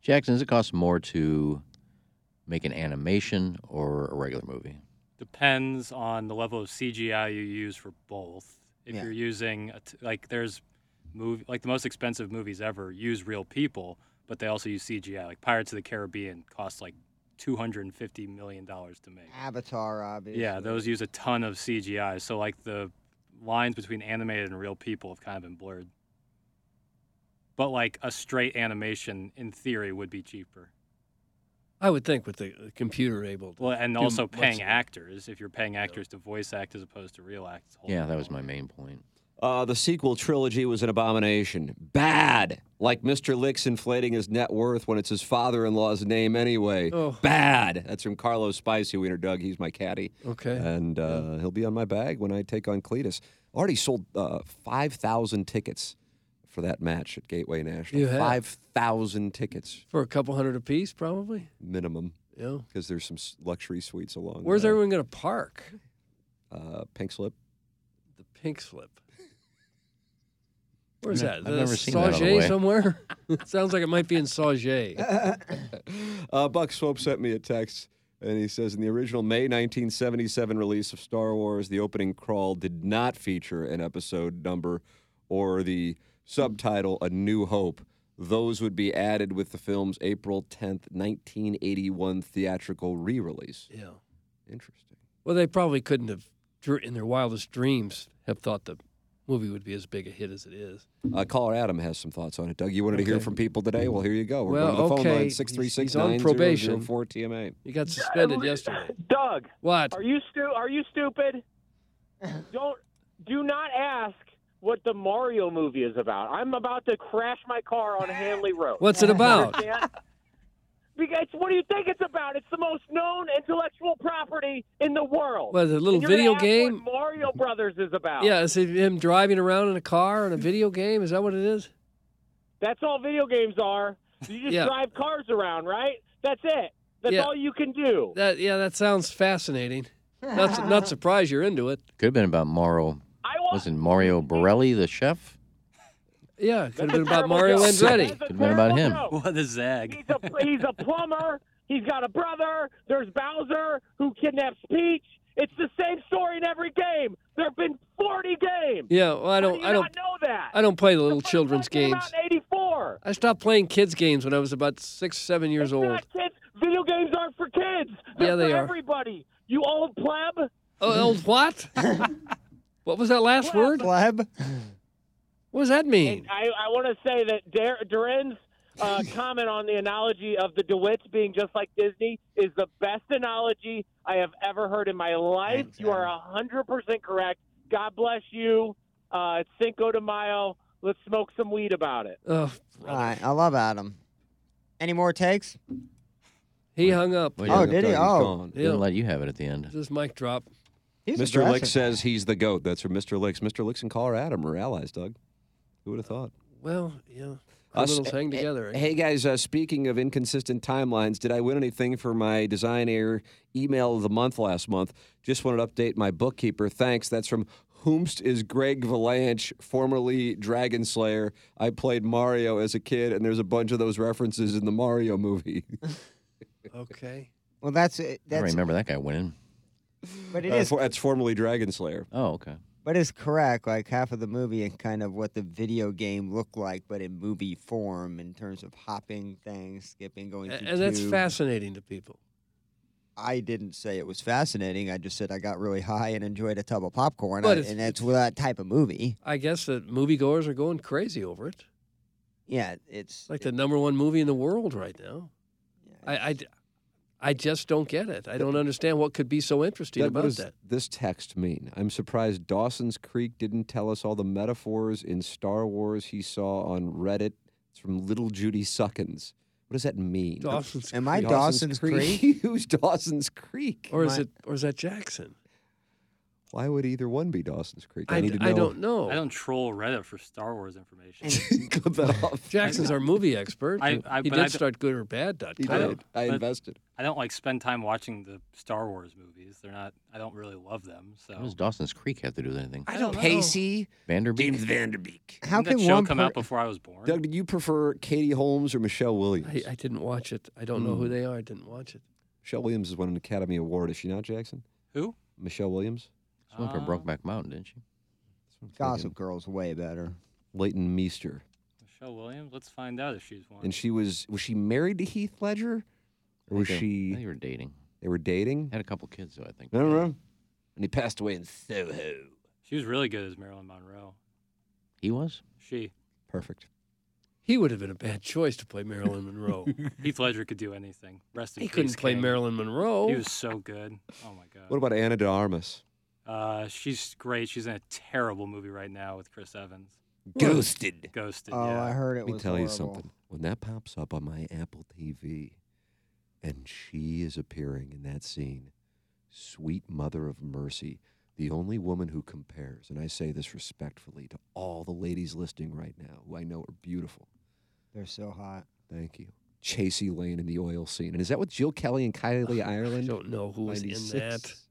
Jackson, does it cost more to make an animation or a regular movie?
depends on the level of CGI you use for both. If
Yeah.
you're using a t- like there's movie like the most expensive movies ever use real people, but they also use CGI. Like Pirates of the Caribbean cost like 250 million dollars to make.
Avatar, obviously.
Yeah, those use a ton of CGI. So like the lines between animated and real people have kind of been blurred. But like a straight animation in theory would be cheaper.
I would think with the the computer able. To
Well, and
do
also
much of
paying
it.
actors. If you're paying actors to voice act as opposed to real act, it's a whole
Yeah, that was my main point.
Uh, the sequel trilogy was an abomination. Bad. Like Mr. Lick's inflating his net worth when it's his father in law's name anyway.
Oh.
Bad. That's from Carlos Spicy Wiener Doug. He's my caddy.
Okay.
And uh, he'll be on my bag when I take on Cletus. Already sold uh, 5,000 tickets for that match at Gateway National.
You have?
5,000 tickets
for a couple hundred apiece, probably.
minimum.
Yeah.
Because there's some s- luxury suites along
Where's
the,
everyone going to park?
uh, Pink Slip.
The pink slip. Where's
I've
that?
never
The
seen that on the
Sauget
way.
somewhere? Sounds like it might be in Sauget.
Uh, Buck Swope sent me a text, and he says, "In the original May 1977 release of Star Wars, the opening crawl did not feature an episode number or the subtitle A New Hope. Those would be added with the film's April 10th, 1981 theatrical re-release."
Yeah.
Interesting.
Well, they probably couldn't have, dr- in their wildest dreams, have thought the movie would be as big a hit as it is.
Uh, caller Adam has some thoughts on it. Doug, you wanted to hear
Okay.
from people today? Well, here you go. We're
Well,
going to the
okay.
phone line
He's- he's on
636
probation.
4 TMA.
You got suspended yesterday.
Doug.
What?
Are you stu- Are you stupid? Don't do not ask what the Mario movie is about. I'm about to crash my car on Hanley Road.
What's it about?
Understand? Because what do you think it's about? It's the most known intellectual property in the world.
What, is it a little
And you're gonna
video
ask
game?
What Mario Brothers is about.
Yeah, is it him driving around in a car in a video game? Is that what it is?
That's all video games are. You just
Yeah.
drive cars around, right? That's it. That's
Yeah.
all you can do.
That yeah, that sounds fascinating. Not not surprised you're into it.
Could have been about Mario. Wasn't Mario Borelli the chef?
Yeah, it could have been about
terrible
Mario
joke.
Andretti.
Could have been about him.
What a zag.
He's a, he's a plumber. He's got a brother. There's Bowser who kidnaps Peach. It's the same story in every game. There have been 40 games.
Yeah, well, I don't
do you
I don't
not know that?
I don't play the little children's
Came
games.
out in 84.
I stopped playing kids games when I was about six seven years old.
Not kids. Video games aren't for kids. They're
Yeah, they
for
are.
everybody. You old pleb.
Oh, old what? what was that last word?
Pleb.
What does that mean?
I, I want to say that Dar- Duran's uh, comment on the analogy of the DeWitts being just like Disney is the best analogy I have ever heard in my life. you are a 100% correct. God bless you. Uh, it's Cinco de Mayo. Let's smoke some weed about it.
Oh,
All right, I love Adam. Any more takes?
He hung up.
Oh, Oh, did he? Doug, he's Oh. gone.
Didn't let you have it at the end.
This mic drop.
He's
Mr. Lick says he's the goat. That's from Mr. Licks. Mr. Licks and Caller Adam are allies, Doug. Who would have thought?
Well, yeah.
Us-
Criminals hang together. eh?
Hey guys, uh, speaking of inconsistent timelines, did I win anything for my design air email of the month last month? Just wanted to update my bookkeeper. Thanks. That's from Whomst is Greg Valanche, formerly Dragon Slayer. I played Mario as a kid, and there's a bunch of those references in the Mario movie.
Okay.
Well, that's it.
I don't
That's
remember that guy winning.
but it
Uh,
is
for- that's formerly Dragon Slayer.
Oh, okay.
but it's correct. Like half of the movie and kind of what the video game looked like, but in movie form in terms of hopping things, skipping, going.
A-
through
And that's
tubes.
fascinating to people.
I didn't say it was fascinating. I just said I got really high and enjoyed a tub of popcorn,
But
I-
it's-
and that's that type of movie.
I guess that moviegoers are going crazy over it.
Yeah, it's
It's like the number one movie in the world right now. I, I d- I just don't get it. I don't understand what could be so interesting
Deb, what
about
does
that.
this text mean? I'm surprised Dawson's Creek didn't tell us all the metaphors in Star Wars he saw on Reddit. It's from Little Judy Suckins. What does that mean?
Dawson's
Am I
Creek.
Dawson's Creek?
Who's Dawson's Creek?
Or is
My-
it or is that Jackson?
Why would either one be Dawson's Creek? I,
I-
need to know.
I don't know.
I don't troll Reddit for Star Wars information.
Clip that off.
Jackson's our movie expert.
I- I-
he
but
did
I d-
start good or bad. dot
He
com.
did. I
but
invested.
I don't like spend time watching the Star Wars movies. They're not. I don't really love them. So
What does Dawson's Creek have to do with anything?
I don't know.
Pacey,
Vanderbeek.
James Vanderbeek.
How
Didn't
can
that show
one
come
per-
out before I was born?
Doug, did you prefer Katie Holmes or Michelle Williams?
I, I didn't watch it. I don't know
Hmm.
who they are. I didn't watch it.
Michelle Williams has won an Academy Award, is she not, Jackson?
Who?
Michelle Williams?
She went for
Uh,
Brokeback Mountain, didn't she?
Gossip Girl's way better.
Leighton Meester.
Michelle Williams. Let's find out if she's one.
And she was was she married to Heath Ledger? Or was
I think they- I
she
think They were dating.
they were dating?
Had a couple kids, though, I think.
I don't know. And he passed away in Soho.
She was really good as Marilyn Monroe.
He was?
She
Perfect.
He would have been a bad choice to play Marilyn Monroe.
Heath Ledger could do anything. Rest in
he
peace,
couldn't play
King.
Marilyn Monroe.
He was so good. Oh my god.
What about Anna de Armas?
Uh, she's great. She's in a terrible movie right now with Chris Evans.
Ghosted.
Ghosted.
Oh,
yeah.
I heard it
Let me
was
tell
horrible.
you something. When that pops up on my Apple TV and she is appearing in that scene, sweet mother of mercy, the only woman who compares, and I say this respectfully to all the ladies listening right now who I know are beautiful.
They're so hot.
Thank you. Chasey Lane in the oil scene. And is that with Jill Kelly and Kylie
I
Ireland?
don't know who was in that.
96?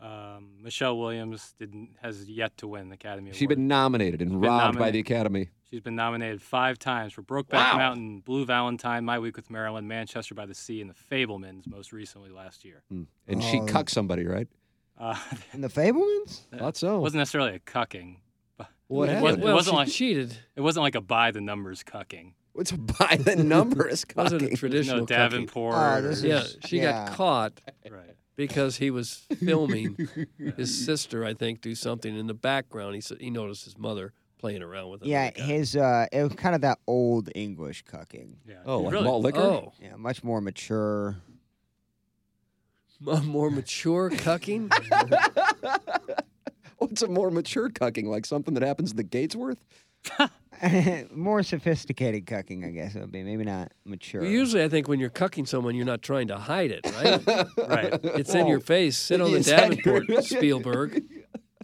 Um, Michelle Williams didn't has yet to win the Academy Award.
She's been nominated and
She's been
robbed by the
nominated.
Academy.
She's been nominated five times for Brokeback
Wow.
Mountain, Blue Valentine, My Week with Marilyn, Manchester by the Sea, and The Fablemans. Most recently last year.
Mm. And she
Oh.
cucked somebody, right?
Uh,
And the Fablemans?
Thought so.
it wasn't necessarily a cucking.
What
it,
happened?
wasn't, it
Well,
wasn't
she
like
cheated.
it wasn't like a by the numbers cucking.
What's by the numbers?
Was it a
cucking?
There's
traditional
no
cucking.
Davenport.
Oh,
or-
this
Yeah,
is-
she
yeah.
got caught
right.
because he was filming his sister, I think, do something in the background. He said he noticed his mother playing around with him.
Yeah, his uh, it was kind of that old English cucking.
Yeah.
Oh, like
really?
malt liquor?
Oh,
Yeah, much more mature.
a more mature cucking.
What's a more mature cucking? Like something that happens in the Gatesworth?
more sophisticated cucking, I guess it would be. Maybe not mature.
Well, Usually, I think when you're cucking someone, you're not trying to hide it, right?
right.
It's in your face. Sit on the
Is that your-
Davenport, Spielberg.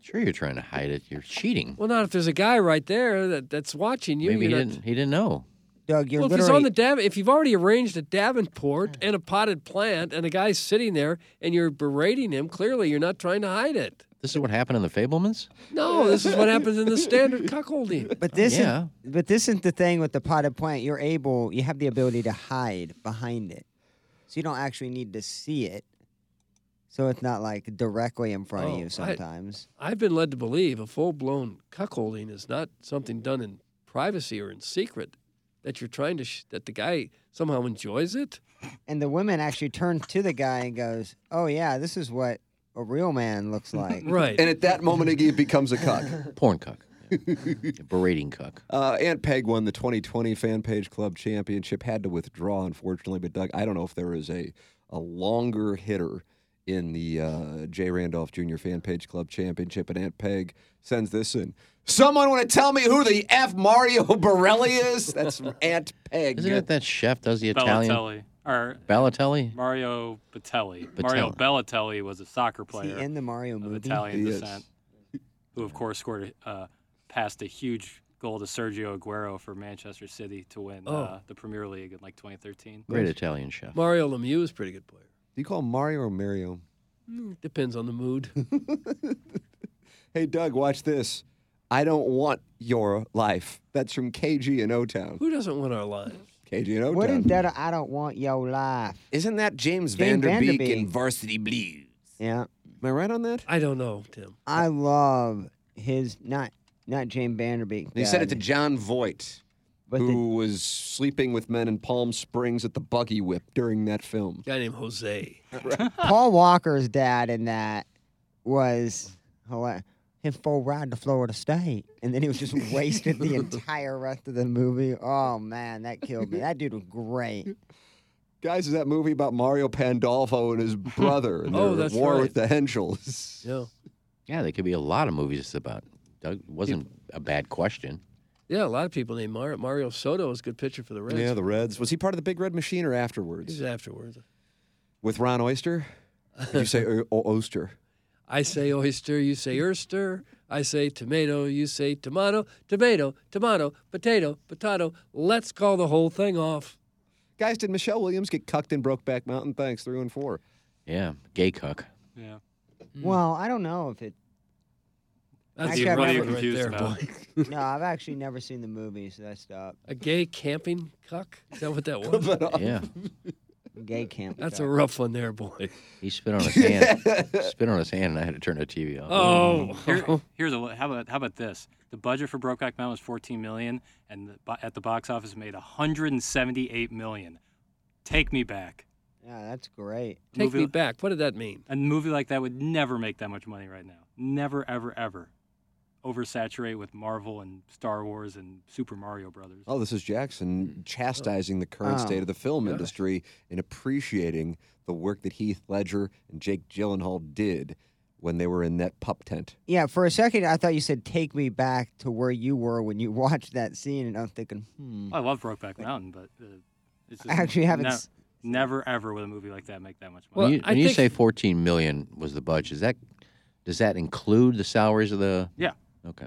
Sure, you're trying to hide it. You're cheating.
Well, not if there's a guy right there that, that's watching you.
Maybe he
you're not-
didn't. He didn't know.
Doug, you're
Well, if he's
literally Mm.
on the Dav- if you've already arranged a Davenport and a potted plant, and the guy's sitting there and you're berating him, clearly you're not trying to hide it.
This is what happened in the Fablemans.
No, this is what happens in the standard cuckolding.
But this
Yeah.
is but this isn't the thing with the potted plant. You're able you have the ability to hide behind it. So you don't actually need to see it. So it's not like directly in front
Oh,
of you
I-
sometimes.
I've been led to believe a full blown cuckolding is not something done in privacy or in secret. That you're trying to sh- that the guy somehow enjoys it.
and the women actually turn to the guy and goes, "Oh yeah, this is what a real man looks like."
Right.
And at that moment, Iggy it becomes a cuck.
Porn cuck. Yeah. Berating cuck.
Uh, Aunt Peg won the 2020 Fan Page Club Championship. Had to withdraw, unfortunately. But Doug, I don't know if there is a a longer hitter in the uh, J. Randolph Jr. Fan Page Club Championship. And Aunt Peg sends this in. Someone want to tell me who the F Mario Borelli is? That's Aunt Peg.
Isn't it that chef does the Italian?
Balotelli or
Balotelli.
Mario Batelli. Mario Balotelli was a soccer
Is he
player
in the Mario
of
movie?
Italian
He is.
descent, who of course scored a, uh, passed a huge goal to Sergio Aguero for Manchester City to win uh, the Premier League in like 2013.
Great Italian chef.
Mario Lemieux is a pretty good player.
Do you call him Mario or Mario?
Mm, Depends on the mood.
Hey, Doug, watch this. I don't want your life. That's from KG in O Town.
Who doesn't want our lives?
KG in O Town.
What in that? I don't want your life.
Isn't that James,
James
Vanderbeek,
Vanderbeek.
in Varsity Blues?
Yeah,
Am I right on that?
I don't know, Tim.
I love his not not Jane Vanderbeek.
He said it to
Doug,
John Voight,
but the-
who was sleeping with men in Palm Springs at the Buggy Whip during that film.
guy named Jose.
Paul Walker's dad in that was hila- his full ride to Florida State, and then he was just wasted
Mm.
the entire rest of the movie. Oh man, that killed me. That dude was great.
Guys, is that movie about Mario Pandolfo and his brother and
Oh,
their
that's
war
right.
with the Henschels?
Yeah.
Yeah, there could be a lot of movies about. Doug wasn't a bad question.
Yeah, a lot of people named Mario, Mario Soto is a good pitcher for the Reds.
Yeah, the Reds. Was he part of the Big Red Machine or afterwards?
He's afterwards.
With Ron Oyster? Did you say o- o- Oyster?
I say oyster, you say oyster. I say tomato, you say tomato, tomato, tomato, potato, potato. Let's call the whole thing off.
Guys, did Michelle Williams get cucked in Brokeback Mountain? Thanks, three and four.
Yeah, gay cuck.
Yeah.
Well, I don't know if it.
That's
Actually,
the
I've
one
never-
you're confused Right there,
no, I've actually never seen the movie, so that's up.
A gay camping cuck? Is that what that was?
Yeah.
Gay camp.
That's a rough one there, boy.
He spit on his hand. spit on his hand, and I had to turn the TV
Oh,
off.
Oh,
Here- here's a how about how about this? The budget for Brokeback Mountain was 14 million, and the, bo- at the box office made 178 million. Take me back.
Yeah, that's great.
A Take movie- me
back. What did that mean?
A movie like that would never make that much money right now. Never, ever, ever. Oversaturate with Marvel and Star Wars and Super Mario Brothers.
Oh, this is
Mm.
Jackson chastising the current
Oh,
state of the film
gosh.
industry and appreciating the work that Heath Ledger and Jake Gyllenhaal did when they were in that pup tent.
Yeah, for a second, I thought you said take me back to where you were when you watched that scene, and I'm thinking, hmm.
I love Brokeback Mountain, but uh, it's just
I actually haven't
ne-
s-
never ever would a movie like that make that much money.
When you, when you say 14 million was the budget, is that does that include the salaries of the?
Yeah.
Okay.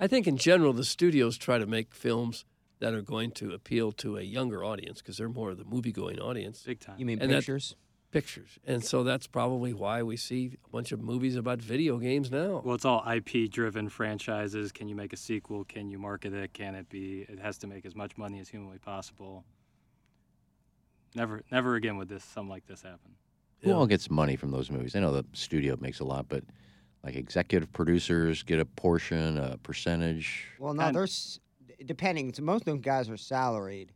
I think in general, the studios try to make films that are going to appeal to a younger audience because they're more of the movie going audience.
Big time.
You mean
that-
pictures?
pictures. And so that's probably why we see a bunch of movies about video games now.
Well, it's all IP driven franchises. Can you make a sequel? Can you market it? Can it be? It has to make as much money as humanly possible. Never, never again would this something like this happen.
Who all gets money from those movies? I know the studio makes a lot, but like executive producers get a portion, a percentage.
Well, no, there's depending. So most of them guys are salaried.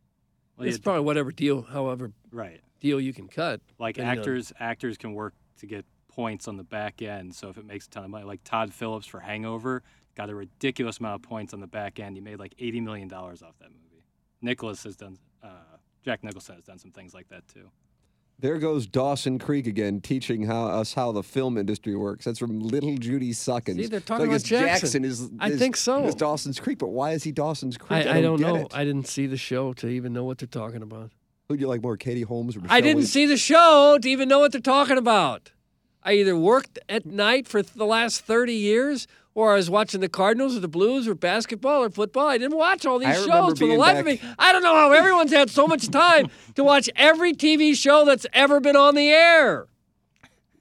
Well,
it's
yeah,
probably whatever deal, however
Right.
deal you can cut.
Like
depending on-
actors, actors can work to get points on the back end. So if it makes a ton of money, like Todd Phillips for Hangover, got a ridiculous amount of points on the back end. He made like eighty million dollars off that movie. Nicholas has done. Uh, Jack Nicholson has done some things like that too.
There goes Dawson Creek again, teaching how, us how the film industry works. That's from Little Judy Suckins.
See, they're
So
talking
I
about
guess
Jackson.
is,
I
is-
think so.
Is Dawson's Creek, but why is he Dawson's Creek?
I, I don't
get
know.
it.
I didn't see the show to even know what they're talking about.
Who do you like more, Katie Holmes or
I
Michelle
didn't
Williams?
see the show to even know what they're talking about. I either worked at night for the last 30 years or I was watching the Cardinals or the Blues or basketball or football. I didn't watch all
I
these
remember
shows for the
being
life of me.
back-
I don't know how everyone's had so much time to watch every TV show that's ever been on the air.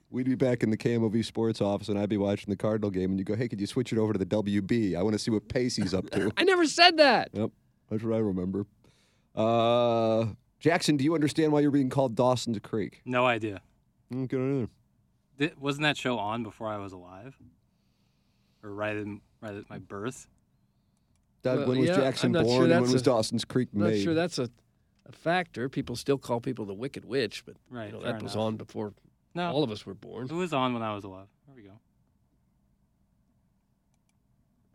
We'd be back in the KMOV sports office, and I'd be watching the Cardinal game, and you go, "Hey, could you switch it over to the WB? I want to see what Pacey's up to."
I never said that.
yep, that's what I remember. Uh, Jackson, do you understand why you're being called Dawson's Creek?
No idea.
Mm, good idea.
Th- wasn't that show on before I was alive, or right in right at my birth?
Doug,
Well,
when was
yeah,
Jackson
I'm not
born?
sure
and when
that's
was
a-
Dawson's Creek
I'm not
made?
sure that's a, a factor. People still call people the Wicked Witch, but you
Right,
know,
fair
that was
enough.
on before
No.
all of us were born.
It was on when I was alive. There we go.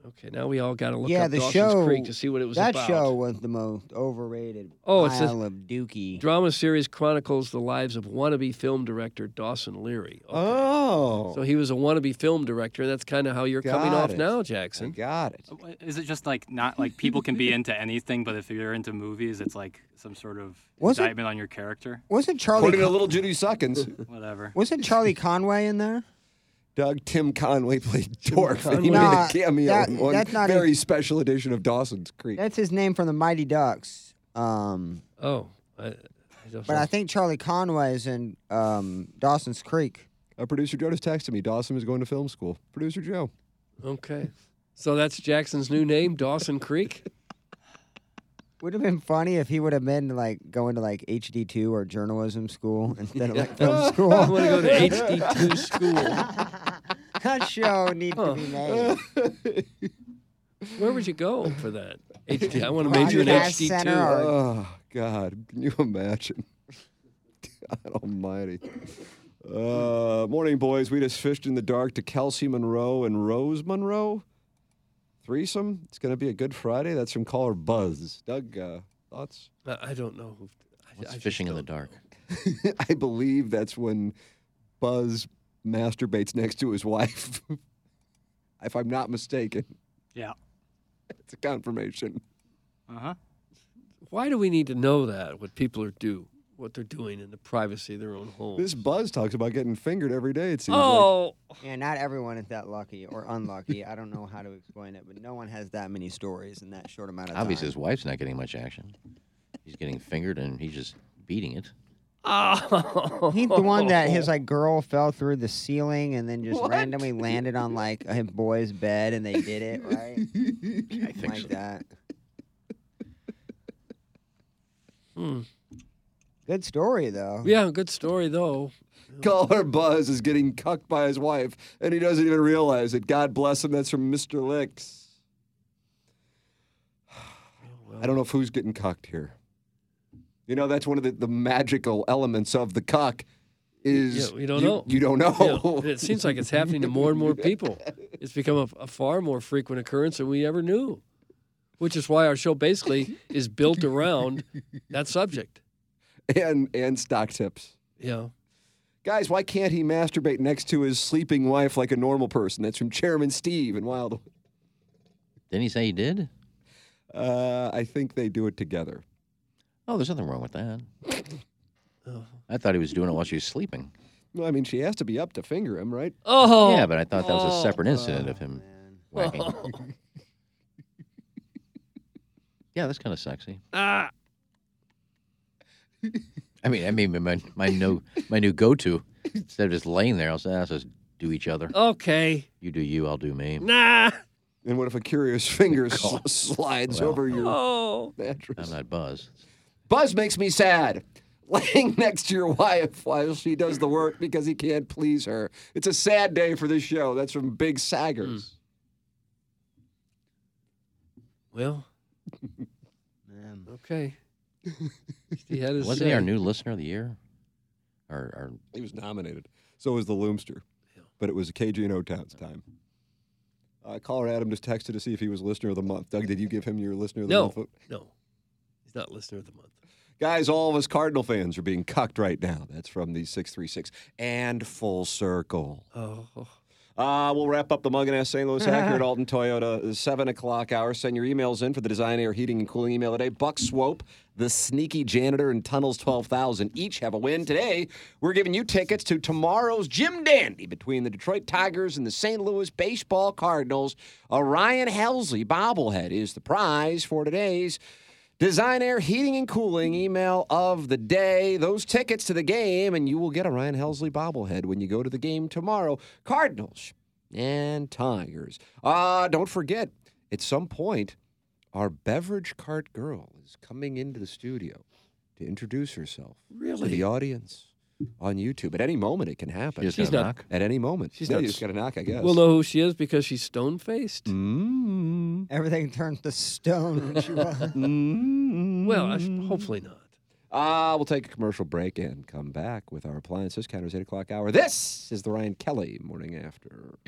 Okay, now we all got to look
yeah,
up
the
Dawson's
show
Creek to see what it was
that
about.
show was the most overrated.
Oh, it's
pile
a-
of Dookie.
Drama series chronicles the lives of wannabe film director Dawson Leary.
Oh,
So he was a wannabe film director, and that's kind of how you're coming
Got
off
it.
now,
Oh
Jackson.
got it.
Oh, Is it just like not like people can be into anything, but if you're into movies, it's like some sort of
Was it-
indictment on your character?
Wasn't Charlie?
According to
Con-
Little Judy Suckins,
Whatever.
wasn't Charlie Conway in there?
Doug Tim Conway played Dorf, and he made
Conway.
a cameo
Nah,
in one
that's not
very
a-
special edition of Dawson's Creek.
That's his name from the Mighty Ducks. Um,
Oh, I, I don't know.
but I think Charlie Conway's in um, Dawson's Creek.
Our producer Joe just texted me. Dawson is going to film school. Producer Joe.
okay. So that's Jackson's new name, Dawson Creek.
Would have been funny if he would have been like going to like HD two or journalism school instead of like film school.
I'm going to go to HD2 school.
that show needs to be made.
Where would you go for that? HD. I want to major in
Broadcast
HD2.
center or-
Oh God, can you imagine? God Almighty. Uh, morning, boys. We just fished in the dark to Kelsey Monroe and Rose Monroe threesome. It's going to be a good Friday. That's from caller Buzz. Doug, uh, thoughts?
I I don't know who. I
What's fishing in the dark?
I believe that's when Buzz masturbates next to his wife, if I'm not mistaken.
Yeah.
It's a confirmation.
Uh huh.
Why do we need to know that? What people are do, what they're doing in the privacy of their own home?
This Buzz talks about getting fingered every day, it seems.
Oh,
yeah, not everyone is that lucky or unlucky. I don't know how to explain it, but no one has that many stories in that short amount of time.
Obviously, his wife's not getting much action. He's getting fingered and he's just beating it.
Oh.
He's the one that his like girl fell through the ceiling and then just randomly landed on like a boy's bed and they did it right. I
think
like
so.
that.
Hmm.
Good story though.
Yeah, good story though.
Caller Buzz is getting cucked by his wife, and he doesn't even realize it. God bless him. That's from Mr. Licks. I don't know if who's getting cucked here. You know, that's one of the, the magical elements of the cuck is
Yeah, we don't
you,
know.
You don't
Yeah,
know.
and it seems like it's happening to more and more people. It's become a, a far more frequent occurrence than we ever knew, which is why our show basically is built around that subject.
and and stock tips.
Yeah.
Guys, why can't he masturbate next to his sleeping wife like a normal person? That's from Chairman Steve in Wild.
Didn't he say he did?
Uh, I think they do it together.
Oh, there's nothing wrong with that.
Oh.
I thought he was doing it while she was sleeping.
Well, I mean, she has to be up to finger him, right?
Oh.
yeah, but I thought that was
Oh.
a separate incident of him whacking. Yeah, that's kind of sexy.
Ah.
I mean, I mean, my my new my new go-to instead of just laying there, I'll say, ah, let's just do each other.
Okay.
You do you, I'll do me.
Nah.
And what if a curious finger s-
God.
slides
Well.
over your
Oh.
mattress?
I'm not Buzz.
Buzz makes me sad. Laying next to your wife while she does the work because he can't please her. It's a sad day for this show. That's from Big Saggers.
Well,
Man.
okay. He had his
Wasn't he our
say.
new listener of the year? Our, our
He was nominated. So was the Loomster. But it was KGNO Town's time. Uh, caller Adam just texted to see if he was listener of the month. Doug, did you give him your listener of the
No,
month? vote?
no. He's not listener of the month.
Guys, all of us Cardinal fans are being cucked right now. That's from the 636 and Full Circle.
Oh.
Uh, we'll wrap up the Mug and Ass St. Louis Hacker at Alton Toyota, the 7 o'clock hour. Send your emails in for the Design, Air, Heating, and Cooling email today. Buck Swope, the sneaky janitor, and Tunnels 12,000 each have a win. Today, we're giving you tickets to tomorrow's Jim Dandy between the Detroit Tigers and the St. Louis Baseball Cardinals. A Ryan Helsley bobblehead is the prize for today's Design Air Heating and Cooling email of the day. Those tickets to the game, and you will get a Ryan Helsley bobblehead when you go to the game tomorrow. Cardinals and Tigers. Uh, don't forget, at some point, our beverage cart girl is coming into the studio to introduce herself to
Really?
the audience on YouTube. At any moment, it can happen.
She's She's got a not- knock?
At any moment.
She's
no,
not-
You just got a knock, I guess.
We'll know who she is because she's stone faced.
Mm.
Everything turns to stone when she was.
Well, I sh- hopefully not.
Uh, we'll take a commercial break and come back with our appliances. Counters 8 o'clock hour. This is the Ryan Kelly morning after.